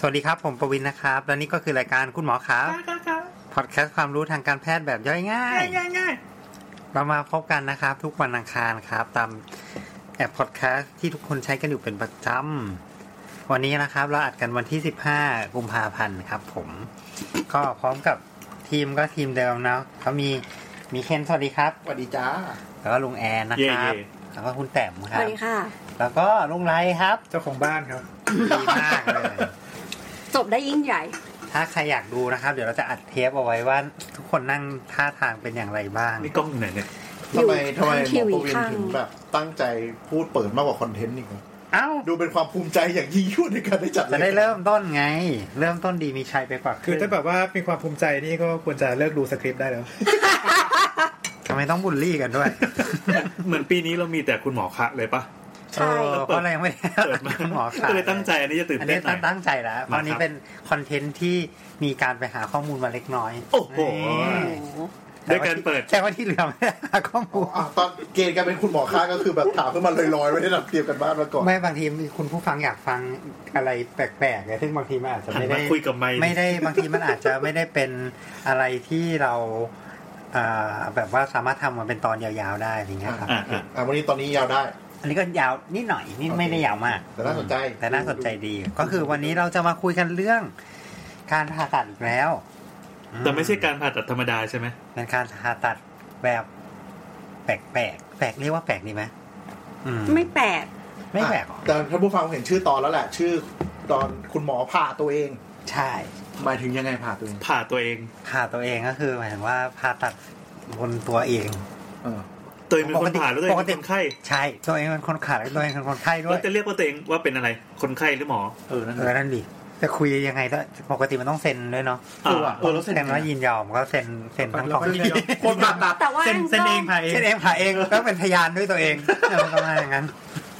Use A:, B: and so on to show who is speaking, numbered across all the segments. A: สวัสดีครับ ผมประวินนะครับ และนี่ก็คือรายการคุณหมอครับ
B: ครับครับครับ
A: พอดแคสต์ความรู้ทางการแพทย์แบบย่อยง่าย
B: ง่ายง่ายง่าย
A: เรามาพบกันนะครับ ทุกวันอังคารครับ ตามแอปพอดแคสต์ที่ทุกคนใช้กันอยู่เป็นประจำวันนี้นะครับ เราอัดกันวันที่ 15 กุมภาพันธ์ครับ ผม ก็พร้อมกับทีมก็ทีมเดิมเนาะเขามีมีเคนสวัสดีครับ
C: สวัสดีจ้า
A: แล้วก็ลุงแอนนะครับ
D: เย่
A: แล้วก็คุณแต้ม
E: ส
A: ครับ
E: วัสดีค่ะ
A: แล้วก็ลุงไรครับ
B: เจ้าของบ้านครับ
A: ดีมากเลย
E: จบได้ยิ่งใหญ่
A: ถ้าใครอยากดูนะครับ เดี๋ยวเราจะอัดเทปเอาไว้ว่าทุกคนนั่งท่าทางเป็นอย่างไรบ้าง
D: นี่กล้องอยู่ไหนเนี่ย
C: ทำไม
E: อยู่
C: ทำไมหม
E: ข้าง
C: อ
E: ทีวี
C: ประวิน
E: ข้าง
C: ถึงแบบตั้งใจพูดเปิดมากกว่าคอนเทนต์นี่ครับ
A: เอ้า
C: ดูเป็นความภูมิใจอย่างยิ่งยวดในการได้จัด
A: จะ
C: ย
A: ได้เริ่มต้นไง เริ่มต้นดีมีชัยไปกว่า
B: คือ
A: รึ่ง
B: ถ้าแบบว่ามีความภูมิใจนี่ก็ควรจะเลิกดูสคริปต์ได้แล้ว
A: ทำไมต้องบุลลี่กันด้วย
D: เหมือนปีนี้เรามีแต่คุณหมอคะเลยปะ
E: ใช่
A: เออเพราะเรายังไม่ได้
D: เปิดมา
A: หมอขา
D: ก็เลยตั้งใจอันนี้จะตื่น
A: อัน
D: เต้
A: นี้
D: นหน่อย
A: ตั้งใจแล้วเพราะอันนี้
D: มาครับ
A: เป็นคอนเทนต์ที่มีการไปหาข้อมูลมาเล็กน้อย
D: โอ้โห
E: โอ้โห
D: โดยการเปิด
A: แต่ว่าที่เหลือไม่ได้หาข้อมูล
C: อ่ะตอนเกณฑ์การเป็นคุณหมอค้าก็คือแบบถามขึ้นมาลอยๆไม่ได้รับเตรียมกันบ้านมาก่อน
A: ไม่บางทีคุณผู้ฟังอยากฟังอะไรแปลกๆไงซึ่งบางทีมันอาจจะ
D: หัน
A: ไม่
D: มา
A: ได้
D: คุยกับไมค์
A: ไม่ได้บางทีมันอาจจะไม่ได้เป็นอะไรที่เราเอ่อแบบว่าสามารถทำมันเป็นตอนยาวๆได้อย่างเงี้ยครับ
D: อ่ะอ่ะ
C: อ่ะวันนี้ตอนนี้ยาวได้
A: อันนี้ก็ยาวนิดหน่อยนี่
C: โอเค
A: ไม่ได้ยาวมาก
C: แต่น่าสนใจ
A: แต่น่าสนใจดี ก็คือวันนี้เราจะมาคุยกันเรื่อง การผ่าตัดอีกแล้ว
D: แต่ไม่ใช่การผ่าตัดธรรมดาใช่ไหม
A: เป็นการผ่าตัดแบบแปลกๆแปลกเรียกว่าแปลกดีไหมอืม
E: ไม่แปลก
A: ไม่แปลกหรอ
C: อ่ะแต่ท่านผู้ฟังเห็นชื่อตอนแล้วแหละ ชื่อตอนคุณหมอผ่าตัวเอง
A: ใช่
C: หมายถึงยังไงผ่าตัวเอง
D: ผ่าตัวเอง
A: ผ่าตัวเองก็คือหมายถึงว่าผ่าตัดบนตัวเอง
C: เออ
D: ตัวเองเป็น
A: ป
D: ค
A: ก
D: น
A: ติ
D: ผ่าแล้วตัวเอง
A: ปก
D: เป็น
A: ติ
D: คนไข้
A: ใช่ตัวเองเป็นคนขาดตัวเองเป็นคนไข้ด้ว
D: แล้
A: ย
D: วจะเรียกว่าตัวเองว่าเป็นอะไร คนไข้หรือหมอ
C: เออนั่น
A: เออ
C: แหละ
A: นั่นดิจะคุยยังไงก็ปกติมันต้องเซ็นด้วยเนาะ
C: เออว่ะ
D: อ่ะ
C: แล้วเซ็นยังไง
A: ว่ายินยอมก็เซ็นเซ็นทั้งสอง
B: แล้วก็ยินยอม
C: คนผ่าตัด
E: แต่ว่า
A: เซ็นเซ็นเองผ่าเองเซ็นเองผ่าเองแล้วเป็นพยานด้วยตัวเองเออประมาณอย่างนั้น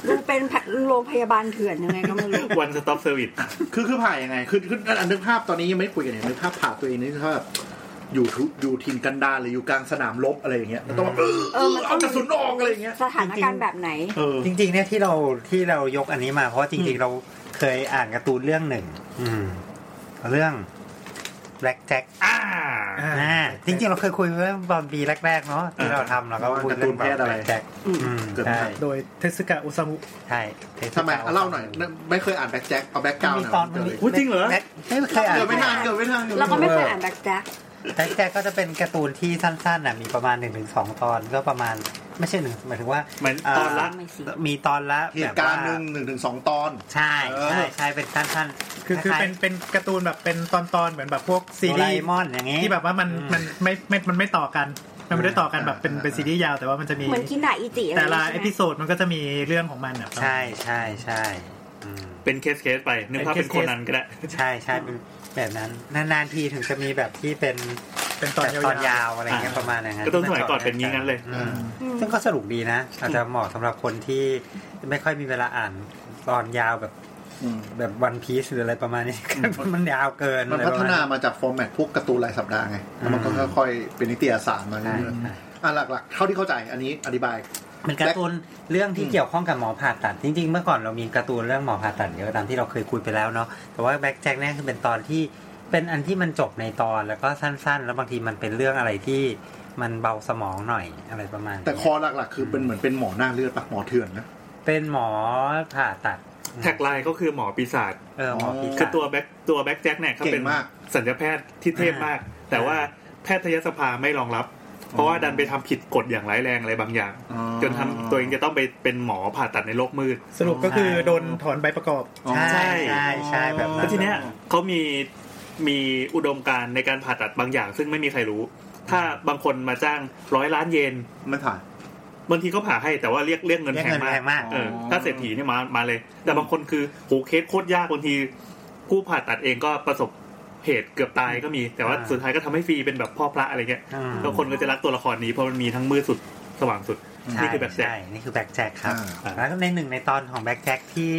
E: ดูเป็นโรงพยาบาลเถื่อนยังไงก็ไม่รู้
D: วันสต็อปเซอร์วิส
C: คือคือผ่ายังไงคือคืออันนึกภาพตอนนี้ยังไม่ได้คุยกันเนี่ยนึกภาพผ่าตัวเองนี่ถ้าแบบอยู่ทุอยู่ทีมกันดารหรืออยู่กลางสนามรบอะไรอย่างเงี้ยแล้วต้องแบบเออ
E: เออมันต้อ
C: เอา
E: ง
C: กระสุนออกอะไรอย่างเงี้ย
E: สถานการณ์แบบไหน
C: เออ
A: จริงๆเนี่ยที่เราที่เรายกอันนี้มา เพราะว่าจริง ๆ เราเคยอ่านการ์ตูนเรื่องหนึ่งอืมเรื่องแบล็กแจ็ค
D: อ่า
A: อ่าจริงๆเราเคยคุยเรื่องตอนปีแรกๆเนาะที่เราทำเราก็คุยเรื่อง
C: การ์ตูนเพศอะไร
A: แบล็กแจ็ค
E: อืม
C: เกิดมา
A: ใช่
B: โดยเทสึกะอุซามุ
A: ใช่
C: ทำไมอ่ะเล่าหน่อย ไม่เคยอ่านแบ็คแจ็คเอาแบ็คกราว
A: มี
C: หน่อย
A: ตอน
C: เกิดอะไร
D: อุ๊ยจริงเหรอ
A: แบล็คไม่เคยอ่าน
C: เกิดไม่ทันเกิดไม่ทัน
E: เราก็ไม่เคยอ่านแบล็กแจ็ค
A: แจ็คแจ็คก็จะเป็นการ์ตูนที่สั้นๆน่ะมีประมาณ1นถึงสตอนก็ประมาณไม่ใช่หนึ่งหมายถึงว่า
D: เหมือนตอนละ
E: ไม่สิ
A: มีตอนละ
C: เห
A: แบบ
C: ตุการณ์หนึ่ง
A: ว่
C: หนึ่งถึงสองตอน
A: ใช่ใช่
C: เออ
A: ใช่เป็นสั้นๆ
B: คือคือเป็น
A: ล้าย
B: เป็นการ์ตูนแบบเป็นตอนตอนๆเหมือนแบบพวก
A: ๆ
B: ซี
A: โด
B: รี
A: รา
B: ส์
A: เอมอนอย่างงี้
B: ที่แบบว่ามัน
A: อืม
B: มันไม่ไม่มันไม่ต่อกัน มันไม่ได้ต่อกันแบบเป็น
C: อ่า
B: เป็นซีรีส์ยาวแต่ว่ามันจะมี
E: เหมือนคินดาอีจิอะไร
B: แต่ละ
E: ใช่
B: เอ
E: ไหม
B: พิโซดมันก็จะมีเรื่องของมันอ่ะ
A: ใช่ใช่ใช่อืม
D: เป็นเคสเคสไป นึกภาพ
B: เป็
D: เป็น น
B: เค
D: ค
B: ส
D: นนั้นก็ได้
A: ใช่ใช่เป็นแบบนั้นนานๆทีถึงจะมีแบบที่เป็น
B: เป็นตอน
A: แบบ
B: ยาว
A: ตอนยาว วอะไรเงี้ย
D: อ่า
A: ประมาณอย่างนั้น
D: ก็ต้องสมัยก่อนเป็นงี้งั้นเลย
A: อืม
E: อืม
A: ซึ่งก็สนุกดีนะอาจจะเหมาะสำหรับคนที่ไม่ค่อยมีเวลาอ่านตอนยาวแบบ แบบวันพีซหรืออะไรประมาณนี้ มันยาวเกิน
C: มัน
A: อะไร
C: พั
A: ประ
C: ฒ
A: มาณ
C: นา
A: นั้น
C: มาจากฟอร์แมตพวกการ์ตูนรายสัปดาห์ไงแล้วมันก็
A: อืม
C: ค่อยๆเป็นนิตยสารมาเรื่
A: ใช่
C: อย
A: ใช่
C: ๆอ่ะหลักๆเท่าที่เข้าใจอันนี้อธิบาย
A: เป็นการ์ตูนเรื่องที่
C: อืม
A: เกี่ยวข้องกับหมอผ่าตัด จริง ๆ เมื่อก่อนเรามีการ์ตูนเรื่องหมอผ่าตัดเยอะตามที่เราเคยคุยไปแล้วเนาะแต่ว่าแบ็กแจ็คเนี่ยคือเป็นตอนที่เป็นอันที่มันจบในตอนแล้วก็สั้น ๆ แล้วบางทีมันเป็นเรื่องอะไรที่มันเบาสมองหน่อยอะไรประมาณนี้
C: แต่คอหลักๆ คือเป็นเหมือนเป็นหมอหน้าเลือดปะหมอเถื่อนนะ
A: เป็นหมอผ่าตัด
D: แท็กไลน์ก็คือหมอปีศาจ
A: เออหมอผี
D: คือ
A: ตัด
D: ตัวแบ็คตัวแบ็คแจ็คเนี่ยเขาเป็น
C: เก่งมาก
D: สัญญาแพทย์ที่เทพมาก แต่ว่าแพทยสภาไม่รองรับ เพราะว่าดันไปทำผิดกฎอย่างร้ายแรงอะไรบางอย่าง จนทำตัวเองจะต้องไปเป็นหมอผ่าตัดในโลกมืด
B: สรุปก็คือ
A: ใช่
B: โดนถอนใบประกอบ
C: อ๋อ
A: ใช่ใช่ใช่แบบ
D: แล้
A: นั้
D: วนทีเนี้ยเขามีมีอุดมการณ์ในการผ่าตัดบางอย่าง ซึ่งไม่มีใครรู้ ถ้าบางคนมาจ้างร้อยล้านเยน
C: ไม่ผ่าน
D: บางทีก็ผ่าให้แต่ว่าเรียกเรียกเงิน
A: เรียก
D: แพง
A: เงิน
D: มา
A: แพ
D: ก
A: งมาก
D: เออ
C: อ๋อ
D: ถ้าเศรษฐีเนี่ยมามาเลย แต่บางคนคือโหเคสโคตรยากบางทีผู้ผ่าตัดเองก็ประสบเหตุเกือบตายก็มี แต่ว่าสุดท้ายก็ทำให้ฟรีเป็นแบบพ่อพระอะไรเงี้ย
A: อืม
D: แล้วคนก็จะรักตัวละครนี้เพราะมันมีทั้งมืดสุดสว่างสุด
A: ใช่
D: นี่คือแบบแจก
A: ใช่นี่คือแบ็กแจ็คครับ
C: อ่า
D: อ่า
A: แล้วก็ในหนึ่งในตอนของแบ็กแจ็คที่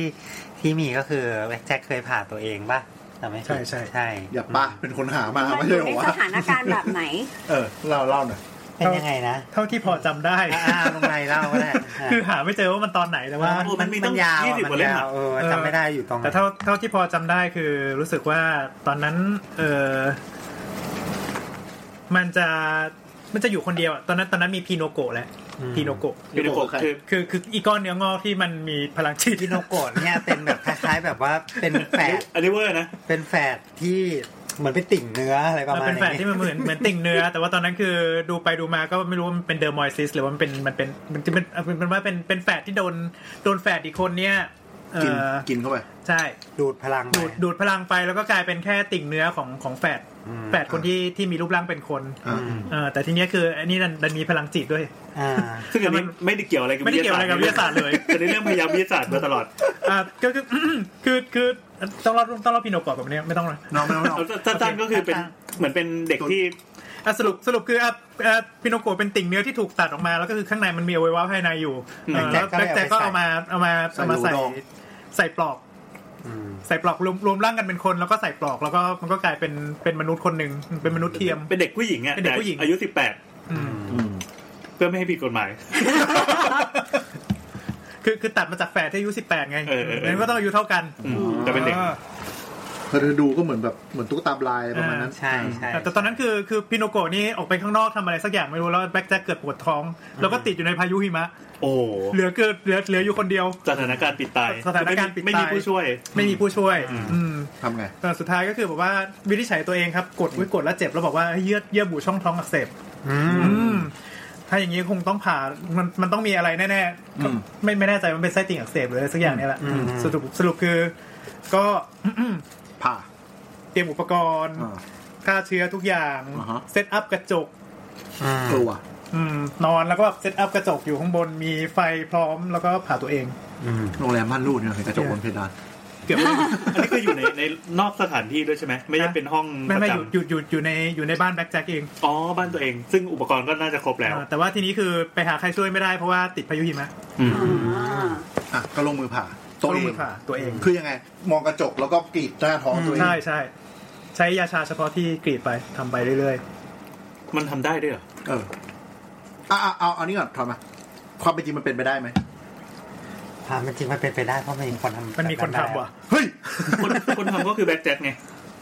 A: ที่มีก็คือแบ็กแจ็คเคยผ่าตัวเองป่ะแต่ไม่ผิด
B: ใช่ใช่
A: ใช่
C: อย่าป้าเป็นคนหามา
E: มัน
C: ไม่
E: อ
C: ใช่
E: ยู่
C: เหร
E: ใน
C: อวะ
E: สถานการณ์แบบไหน
C: เออเล่าเล่าหน่อย
A: เป็นยังไงนะ
B: เท่าที่พอจำได้
A: อ่าลงไรเล่าก็ได้อ่า
B: คือหาไม่เจอว่ามันตอนไหนแต่ว่า
D: โอ้มันมีตั้
A: มัน
D: ง
A: ยาวอะ
D: 20
A: มั
D: กว่าน เล่ม
A: ยาว
D: อะ
A: เออจำไม่ได้อยู่ตรงไหน
B: แต่เท่าเท่าที่พอจำได้คือรู้สึกว่าตอนนั้น เออมันจะมันจะอยู่คนเดียวอะตอนนั้นตอนนั้นมีพีโนโกะแหล้ว
A: อืม
B: พีโนโกะ
D: เป็นกบคือ
B: คือคืออีกก้อนเนื้องอกที่มันมีพลังจิต
A: พี่โนโกะเนี่ยเป็นแบบคล้ายๆแบบว่าเป็นแฝด
D: อันนี้เวอร์นะ
A: เป็นแฝดที่เหมือนเป็นติ่งเนื้ออะไรประ
B: มัน
A: มาณ
B: เป็นแฝด
A: นี้
B: ที่มันเหมือนเหมือนติ่งเนื้อ แต่ว่าตอนนั้นคือดูไปดูมาก็ไม่รู้ว่ามันเป็นเดอร์มอยซิสหรือว่ามันเป็นมันเป็นมันเป็นเอาเป็นเป็นว่าเป็นเป็นแฝดที่โดนโดนแฝดอีกคนเนี่ยเอ
C: กิน
B: อ
C: กินเข้าไป
B: ใช่
A: ดูดพลังไป
B: ดูดดูดพลังไปแล้วก็กลายเป็นแค่ติ่งเนื้อของของแฝด
A: อืม
B: แฝดคนที่ที่มีรูปร่างเป็นคน
C: อ่า
A: อืม
B: เออแต่ทีเนี้ยคืออันนี้ดันดันมีพลังจิตด้วย
A: อ่า
D: ซึ่งอันนี้ไม่ได้เกี่ยวอะไรกับ
B: ไม่ได้เกี่ยวอะไรกับวิทยาศาสตร์เลย
D: แต่ในเรื่องพยายามวิทยาศาสตร์มาตลอด
B: อ่าก็คือ คือคือต้องรอดต้องรอดพี่โนกกรอบแบบเนี้ยไม่ต้องเลย
C: น้องไม่ต้องไม่ต้อง
D: เอาสั้นๆก็คือเป็นเหมือนเป็นเด็กที่
B: อ่ะสรุปสรุปคืออ่ะอ่ะพี่โนโกะเป็นติ่งเนื้อที่ถูกตัดออกมาแล้วก็คือข้างในมันมีอวัยวะภายในอยู่เออแล้ว
A: แบ็คแจ็ค
B: แต่ก็เอามาเอามาเอามา
C: ใส่
B: ใส่ใส่ป
C: รูดอง
B: ลอกใส่ปลอกรวมรวมร่างกันเป็นคนแล้วก็ใส่ปลอกแล้วก็มันก็กลายเป็นเป็นมนุษย์คนหนึ่งเป็นมนุษย์เทียม
D: เป็นเด็กผู้หญิงอ่ะ
B: เป็นเด็กผู้หญิง
D: แต่อายุสิบแปด
B: อืม
C: อืม
D: เพื่อไม่ให้ผิดกฎหมาย
B: คือคือตัดมาจากแฝดที่อายุสิบแปดไง
D: เออเออเออ
B: นั้นก็ต้องอายุเท่ากัน
D: อืมแต่เป็นเด็ก
B: ออ
C: เธอดูก็เหมือนแบบเหมือนตุ๊กตาบลายประมาณนั้น
A: ใช่ใช่
B: แต่แต่ตอนนั้นคือคือพินโนโกะนี่ออกไปข้างนอกทำอะไรสักอย่างไม่รู้แล้วแบ็คแจ็คเกิดปวดท้อง แล้วก็ติดอยู่ในพายุหิมะ
D: โอ้
B: เหลือเกิดเหลือเหลืออยู่คนเดียว
D: สถานการณ์ปิดตาย
B: สถานการณ์ปิดตาย
D: ไม่มีผู้ช่วย
B: ไม่มีผู้ช่วย อืม
C: ทำไง
B: แต่สุดท้ายก็คือบอกว่าวินิจฉัยตัวเองครับ กดวิกดแล้วเจ็บแล้วบอกว่าเฮ้ยเยื่อเยื่อบุช่องท้องอักเสบอืมถ้าอย่างนี้คงต้องผ่ามันมันต้องมีอะไรแน่
C: อืม
B: ๆไม่ไม่แน่ใจมันเป็นไส้ติ่งอักเสบหรืออะไรสักอย่างเนี่ยแหละ
A: อืม
B: สรุปสรุปคือ ก็
C: ผ่า
B: เตรียมอุปกรณ์
C: อ่า
B: ฆ่าเชื้อทุกอย่าง
C: อ่าฮะ
B: เซตอัพกระจก
A: อืม
C: เออว่ะ
B: อืมนอนแล้วก็แบบเซตอัพกระจกอยู่ข้างบนมีไฟพร้อมแล้วก็ผ่าตัวเอง
A: อืม
C: โรงแรมม่านรูดเนี่ยเห็นกระจกบนเพดาน
B: เกือบ
D: อันนี้คืออยู่ใน ในนอกสถานที่ด้วยใช่ไหมไม่ได้เป็นห้อง
B: ไม่
D: ประ
B: ไม่
D: จ
B: อยู่อยู่อยู่อยู่ในอยู่ในบ้านแบ็คแจ็คเอง
D: ำอ๋อบ้านตัวเอง ซึ่งอุปกรณ์ก็น่าจะครบแล้ว
B: อ่าแต่ว่าทีนี้คือไปหาใครช่วยไม่ได้เพราะว่าติดพายุหิมะ
E: อ่า
C: อ่ะ ก็ลงมือผ่าตัว
B: ต้
C: เอ
B: อง
C: ง
B: มือผ่าตัวเอง
C: คือยังไง มองกระจกแล้วก็กรีดหน้าท้องตัวเอง
B: ใช่ใช่ใช้ยาชาเฉพาะที่กรีดไปทำไปเรื่อย
D: มันทำได้ด้วยเหรอ
C: เอออ่ะเอาเอาเอานี่ก่อนถอยมาความเป็นจริงมันเป็นไปได้ไหม
A: ถามจริงมันเป็นไปได้เพราะมันมีคนทำ
B: ๆ มันมีคนทำว่ะ
C: เฮ้ย
D: คน คนทำก็คือแบ็คแจ็คไง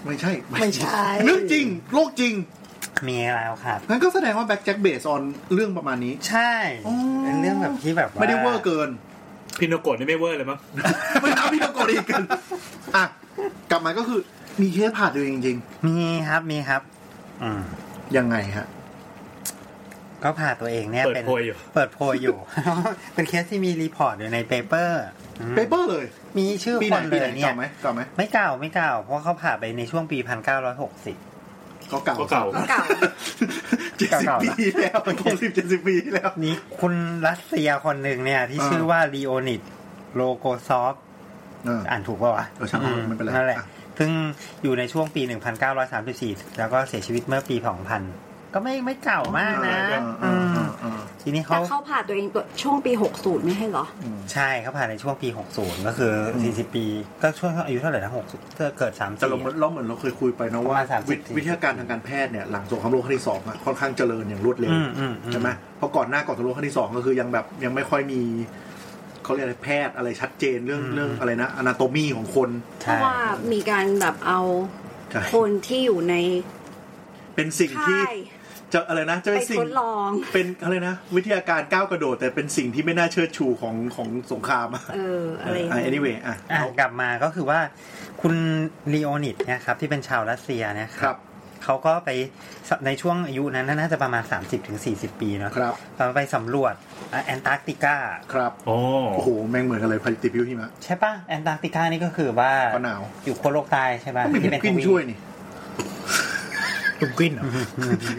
C: ไม่ใช่
A: ไม่ใช่
C: เรื่องจริง โลกจริง
A: มีแล้วครับ
C: งั้นก็แสดงว่าแบ็คแจ็คเบสออนเรื่องประมาณนี้
A: ใช่
C: อ๋อ
A: เป็นเรื่องแบบที่แบบว่า
C: ไม่ได้เวอร์เกิน
D: พินโนโกะนี่ไม่เวอร์เลยมั้ง
C: ไม่นับพี่ตะโกนอีก กันอ่ะ กลับมาก็คือมีเคสผ่าตัวเองจริง
A: มีครับมีครับ อืม
C: ๆยังไงฮะ
A: ก็ผ่าตัวเองเนี่ย
D: เปิด
A: เป็น
D: โพยอยู่
A: เปิดโพยอยู่ เป็นเคสที่มีรีพอร์ตอยู่ในเปเปอร์
C: เปเปอร์เลย
A: มีชื่อ
C: ปี
A: ค
C: ไหน
A: นเล
C: ปีไหน
A: ยเนี่
C: เก่าย ไหมเก่าไหม
A: ไม่เก่าไม่เก่า เพราะเขาผ่าไปในช่วงปี 1960
C: ก็เก่า
D: ก็เก่า
E: เก่า
C: เจ็ดสิบ
A: เก่าๆ
C: ปีที่แล้วหกสิบเจ็ดสิบปีที่แล้ว
A: นี่คุณรัสเซียคนหนึ่งเนี่ย ที่
C: อ่า
A: ชื่อว่าลีโอนิดโลโกซอฟ
C: เออ
A: อ่านถูกป่าวะ
C: เออช่างมัน
A: อื
C: ไม่เป็นไร
A: นั่นแหละ
C: อ่ะ
A: ซึ่งอยู่ในช่วงปี 1934 แล้วก็เสียชีวิตเมื่อปี 2000 ก็ไม่ไม่เก่ามากนะ
C: เออเออเออ
A: ทีนี้
E: แต่
A: เขา
E: เข้าผ่าตัวเองตัวช่วงปี 60 ไม่ใช่เหรอ
A: ใช่เขาผ่านในช่วงปี 60 ก็คือ 40 ปี ก็ช่วงอายุเท่าไหร่นะ60เธอเกิด
C: แต่เราเหมือน
A: 3
C: เราเหมือนเราเคยคุยไปนะ
A: ป
C: ว่า
A: ระมาณ30
C: วิทวิทยาการทางการแพทย์เนี่ยหลังสงครามโลกครั้งที่สองอะค่อนข้างเจริญอย่างรวดเร็ว
A: อืมอืมอืม
C: ใช่ไหมเพราะก่อนหน้าก่อนสงครามโลกครั้งที่สองก็คือยังแบบยังไม่ค่อยมีเขาเรียกอะไรแพทย์อะไรชัดเจนเรื่องเรื่องอะไรนะอนาโตมีของคน
A: 4
E: เพราะ
A: ใช่
E: ว่ามีการแบบเอา
C: ใช่
E: คนที่อยู่ใน
C: เป็นสิ่งที่
E: ค่าย
C: จะอะไรนะจะ
E: ไป
C: เป็นสิ่
E: ท
C: ง
E: ดลอง
C: เป็นอะไรนะ วิทยาการก้าวกระโดด แต่เป็นสิ่งที่ไม่น่าเชิดชูของของสงครามอะ
E: เออ อะไรอย่าง
C: อ่ะ
E: เงี้ย
C: anyway อ่ะ
A: อ่ะ
C: เอา
A: กลับมาก็คือว่าคุณลีโอนิดเนะครับ ที่เป็นชาวรัสเซียเนะค
C: ครั
A: รับบ เขาก็ไปสในช่วงอายุนั้นน่าจะประมาณ 30-40 ปีเนาะ
C: ครับ
A: ตอนไปสำรวจแอนตาร์กติกา
C: ครับ
D: โอ้
C: โอ้โห แม่งเหมือนกันเลยพายุติพิวหิมะ
A: ใช่ปะแอนตาร์กติกานี่ก็คือว่า
C: ก็หนาว
A: อยู่โคโลกใต้ใช่ปะ
C: ก็มีเพ
A: ที่
C: น
A: เป็น
C: กวิน
A: ทวีป
C: ช่วยนี่
B: ตุ่มก ลิ้นเหรอ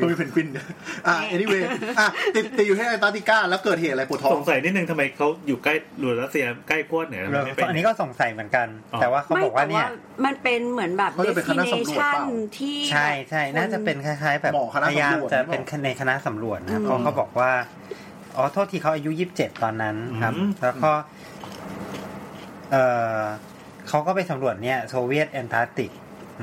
C: ก็มีเพนกวินอ่ะ anyway อ่ะติดติดอยู่ที่แอนตาร์กติกาแล้วเกิดเหตุอะไรปวดท้อ
D: ส
C: ง
D: งสัยนิดนึงทำไมเขาอยู่ใกล้รัวรัสเซียใกล้ขั้วเหนือทำไมไม่ไป
A: อันนี้ก็สงสัยเหมือนกัน
D: อ๋อ
A: แต่ว่าเขาบอกว่าเนี่ย
E: ไม่แต่มันเป็นเหมือนแบบ
C: เขาจะเป็นคณะสำรวจเปล่า
E: destination ที่
A: ใช่ใช่น่าจะเป็นคล้ายๆ แบบ
C: หมอคณะ
A: พยายาม
C: สำรวจ
A: จะ
C: หรือเปล่า
A: เป็นในคณะสำรวจนะครับเพราะเขาบอกว่า อ๋อโทษทีเขาอายุยี่สิบเจ็ดตอนนั้นครับ
D: อืม
A: แล้วก็ เออเขาก็ไปสำรวจเนี่ยโซเวียตแอนตาร์กติก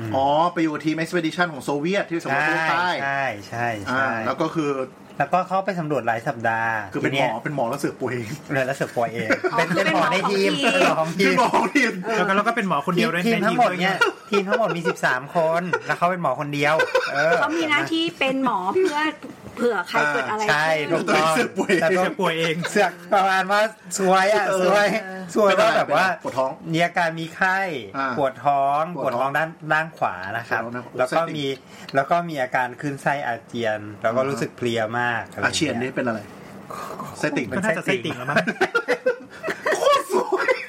A: ม
C: อ๋อไปอยู่ทีม expedition ของโซเวียตที่สมร
A: ใช่
C: ภูมิใต้
A: ใช่ใช่
C: อ่า
A: ใช่
C: แล้วก็คือ
A: แล้วก็เขาไปสำรวจหลายสัปดาห์
C: คือเป็นหมอ
A: ทีย
C: เป็นหมอแล้วเสือกป่วยเอง
A: เลยแล้วเสือกป่วยเอง
E: อ๋อ
A: เป็น
E: คือ
A: เป็น
E: เป็น
A: หม
E: ห
A: อ
E: มอ
A: ในทีม
E: ของทีม
A: เป็นหมอของที
C: เป็น
A: ม
C: ห
B: แล้ว
C: มอของทีม
B: ก็เราก็เป็นหมอคนเดียวด้วย
A: ทีม
B: ใน
A: ทั้งหมด
B: ด้ว
A: เนี่ยทีมทั้งหมดมี 13 คน แล้วเขาเป็นหมอคนเดียว เออ
E: เขามีหน้าที่เป็นหมอเพื่อเผื่อใครเกิดอะไร
A: ใช่
E: ขึ้น
A: ถูกต้องแต่ก็
B: จะป่วยเอง
A: เสือกประมาณว่าสวยอ่ะสวยสวยว่าแบบว่า
C: ปวดท้อง
A: มีอาการมีไข้
C: อ่า
A: ปวดท้อง
C: ป
A: ป
C: ว
A: ว
C: ด
A: ด
C: ท้อง
A: ท้องด้านด้านขวานะครับ
C: ปวดท้องด้านขวา
A: แล้วก็
C: เส้นติ่ง
A: มีแล้วก็มีอาการคลื่นไส้อาเจียน แล้วก็
C: อ่าฮะ
A: รู้สึกเพลียมากะไร
C: อาเชียนนี่
A: ง
C: เป็นอะไรไซติ่ง
B: ก็น่าจะไส้ติ่งแล้วมั้ง
C: โคตรสวย
A: งี้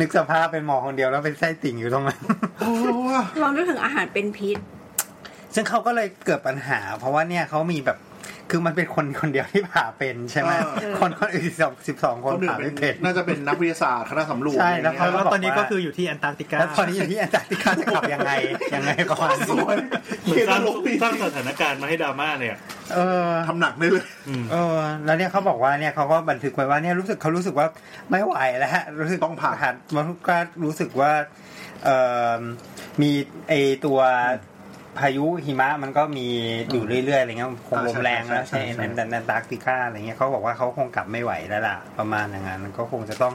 A: นึกสภาพเป็นหมอคนเดียวแล้วเป็นไส้ติ่งอยู่ตรงนั้น
C: โอ้
E: ลองนึกถึงอาหารเป็นพิษ
A: ซึ่งเขาก็เลยเกิดปัญหา เพราะว่าเนี่ยเขามีแบบคือมันเป็นคนคนเดียวที่ผ่าเป็นใช่ไหม
E: เออ
A: คนคนอื่นสิบสองสิบสองคน
C: เขาหนึ่ง
A: ผ่า
C: เป็
A: ไม่เป็น
C: นน่าจะเป็นนักวิทยาศาสตร์คณะสำรวจ
A: ใช่
C: อะไรเงี้ย
A: แเขา
B: แล้วตอนนี้ก็คืออยู่ที่แอนตาร์กติกา
A: แล้วตอนนี้อยู่ที่แอนตาร์กติกาจะกลับยังไงยังไงก่อน
C: สวย
D: เหมือ
C: เขีย
D: น
C: นต
D: สร้าง
C: ลกดี
D: สร้างสถานการณ์มาให้ดราม่าเลยอะ
A: เออ
C: ทำหนักได้เลย
D: อืม
A: เออแล้วเนี่ยเขาบอกว่าเนี่ยเขาก็บันทึกไว้ว่าเนี่ยรู้สึกเขารู้สึกว่าไม่ไหวแล้วฮะรู้สึก
C: ต้องผ่า
A: หัดมันก็รู้สึกว่าเอ่อมีไอตัวพายุหิมะมันก็มีอยู่เรื่อยๆอะไรเงี้ยคงลมแรงแล้วใช่ในแอนตาร์กติกาอะไรเงี้ยเขาบอกว่าเขาคงกลับไม่ไหวแล้วล่ะประมาณอย่างนั้นก็คงจะต้อง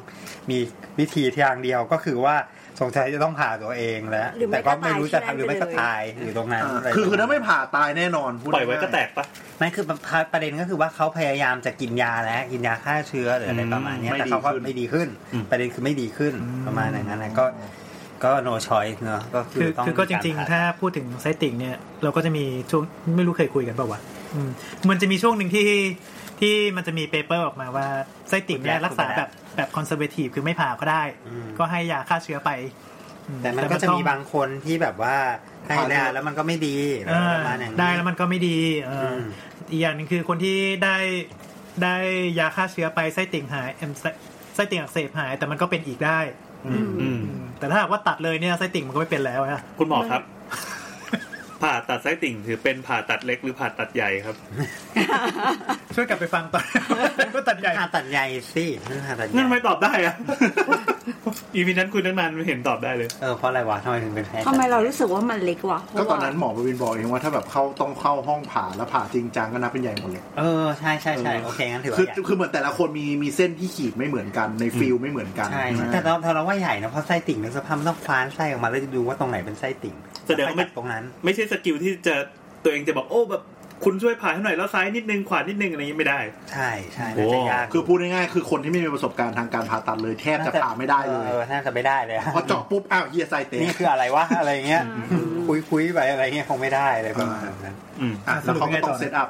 A: มีวิธีทางเดียวก็คือว่าสงสัยจะต้องผ่าตัวเอง แล้ว
E: หรือไม่
A: แต่
E: ก็
A: ก็
E: ตาย
A: ไม่รู้จะทำห
E: ที่นั่นไปเลย
A: รือไม่ก็ตายอยู่ตรงนั้น
C: อ่า
A: ะร
C: คือคือถ้าไม่ผ่าตายแน่นอนพูด
D: ปล่อยไว้ก็แตกปะ
A: ไม่คือประเด็นก็คือว่าเขาพยายามจะกินยาแล้วกินยาฆ่าเชื้อหรืออะไร
D: อืม
A: ประมาณเนี้ย
D: ไม่
A: แต่
D: ดี
A: เขาก็
D: ขึ้น
A: ไม่ดีขึ้น
D: อืม
A: ประเด็นคือไม่ดีขึ้นประมาณอย่างนั้นนะก็ก็โนชอยเนอะก็คื
B: คือ อ
A: ต้อง
B: คือก็จริง
A: มี
B: ๆ
A: ผ่
B: ถ้าพูดถึงไส้ติ่งเนี่ย เราก็จะมีช่วงไม่รู้เคยคุยกันเปล่าวะอืมมันจะมีช่วงหนึ่งที่ที่มันจะมีเปเปอร์ออกมาว่าไส้ติ่งเนี่ยรักษาแบบแบบคอนเซอร์เวทีฟคือไม่ผ่าก็ได้ ก็ให้ยาฆ่าเชื้อไปอื
A: แต่มันก็จะ
B: ต้อง
A: มีบางคนที่แบบว่าให้ยาแล้วมันก็ไม่ดี
B: เออ
A: ประมาณอย่างนี้
B: ได้แล้วมันก็ไม่ดีเอออ
A: ม
B: อีกอย่างหนึ่งคือคนที่ได้ได้ยาฆ่าเชื้อไปไส้ติ่งหายเอ็มไส้ไส้ติ่งอักเสบหาย แต่มันก็เป็นอีกได้
D: อืม
B: แต่ถ้าหากว่าตัดเลยเนี่ยไส้ติ่งมันก็ไม่เป็นแล้วนะ
D: คุณหมอครับ ผ่าตัดไส้ติ่งถือเป็นผ่าตัดเล็กหรือผ่าตัดใหญ่ครับ
B: ช่วยกลับไปฟังตอน ก็ตัดใหญ่
A: ผ่าตัดใหญ่สิผ่าตัดให
D: นั่น
A: ญ่
D: ไม่ตอบได้อะ อีพีนั้นคุณตั้งนานไม่เห็นตอบได้เลย
A: เออเพราะอะไรวะทำไมถึงเป็นแพ้
E: ทำไมเรารู้สึกว่ามันเล็กวะ
C: ก็ตอนนั้นหมอประวินบอกเองว่าถ้าแบบเข้าต้องเข้าห้องผ่าแล้วผ่าจริงจังก็นับเป็นใหญ่หมดเลย
A: เออใช่ใช่ใช่โอเคงั้นถือ
C: คือ
A: ว่าใหญ่
C: คือเหมือนแต่ละคนมีมีเส้นที่ขีดไม่เหมือนกันในฟิลไม่เหมือนกัน
A: ใช่
C: ไหม
A: แต่เราแต่เราว่าใหญ่นะเพราะไส้ติ่งนึกสภาพมันต้องคว้านไส้ออกมาแล้วจะดูว่าตรงไหนเป็นไส้ติ่ง
D: แสดงว่าไม่
A: ไปตัตรงนั้น
D: ไม่ใช่สกิลที่จะตัวเองจะบอกโอ้แบบคุณช่วยผ่าให้หน่อยแล้วซ้ายนิดนึงขวานิดนึงอะไรอย่างนี้ไม่ได้
A: ใช่ใช่น่าจะยาก
C: คือพูดง่ายๆ คือคนที่ไม่มีประสบการณ์ทางการผ่าตัดเลยแทบจะผ่าไม่ได้เลย
A: ออน่าจะไม่ได้เลย
C: พอเจาะปุ๊บ อ้าวเฮียไซเตะ
A: นี่คืออะไรวะ อะไรเงี้ย คุยคุยไปอะไรเงี้ยคงไม่ได้เลยประมาณนั้น
D: อืม
C: อ่ะแล้วเขาก็ต้องเซตอัพ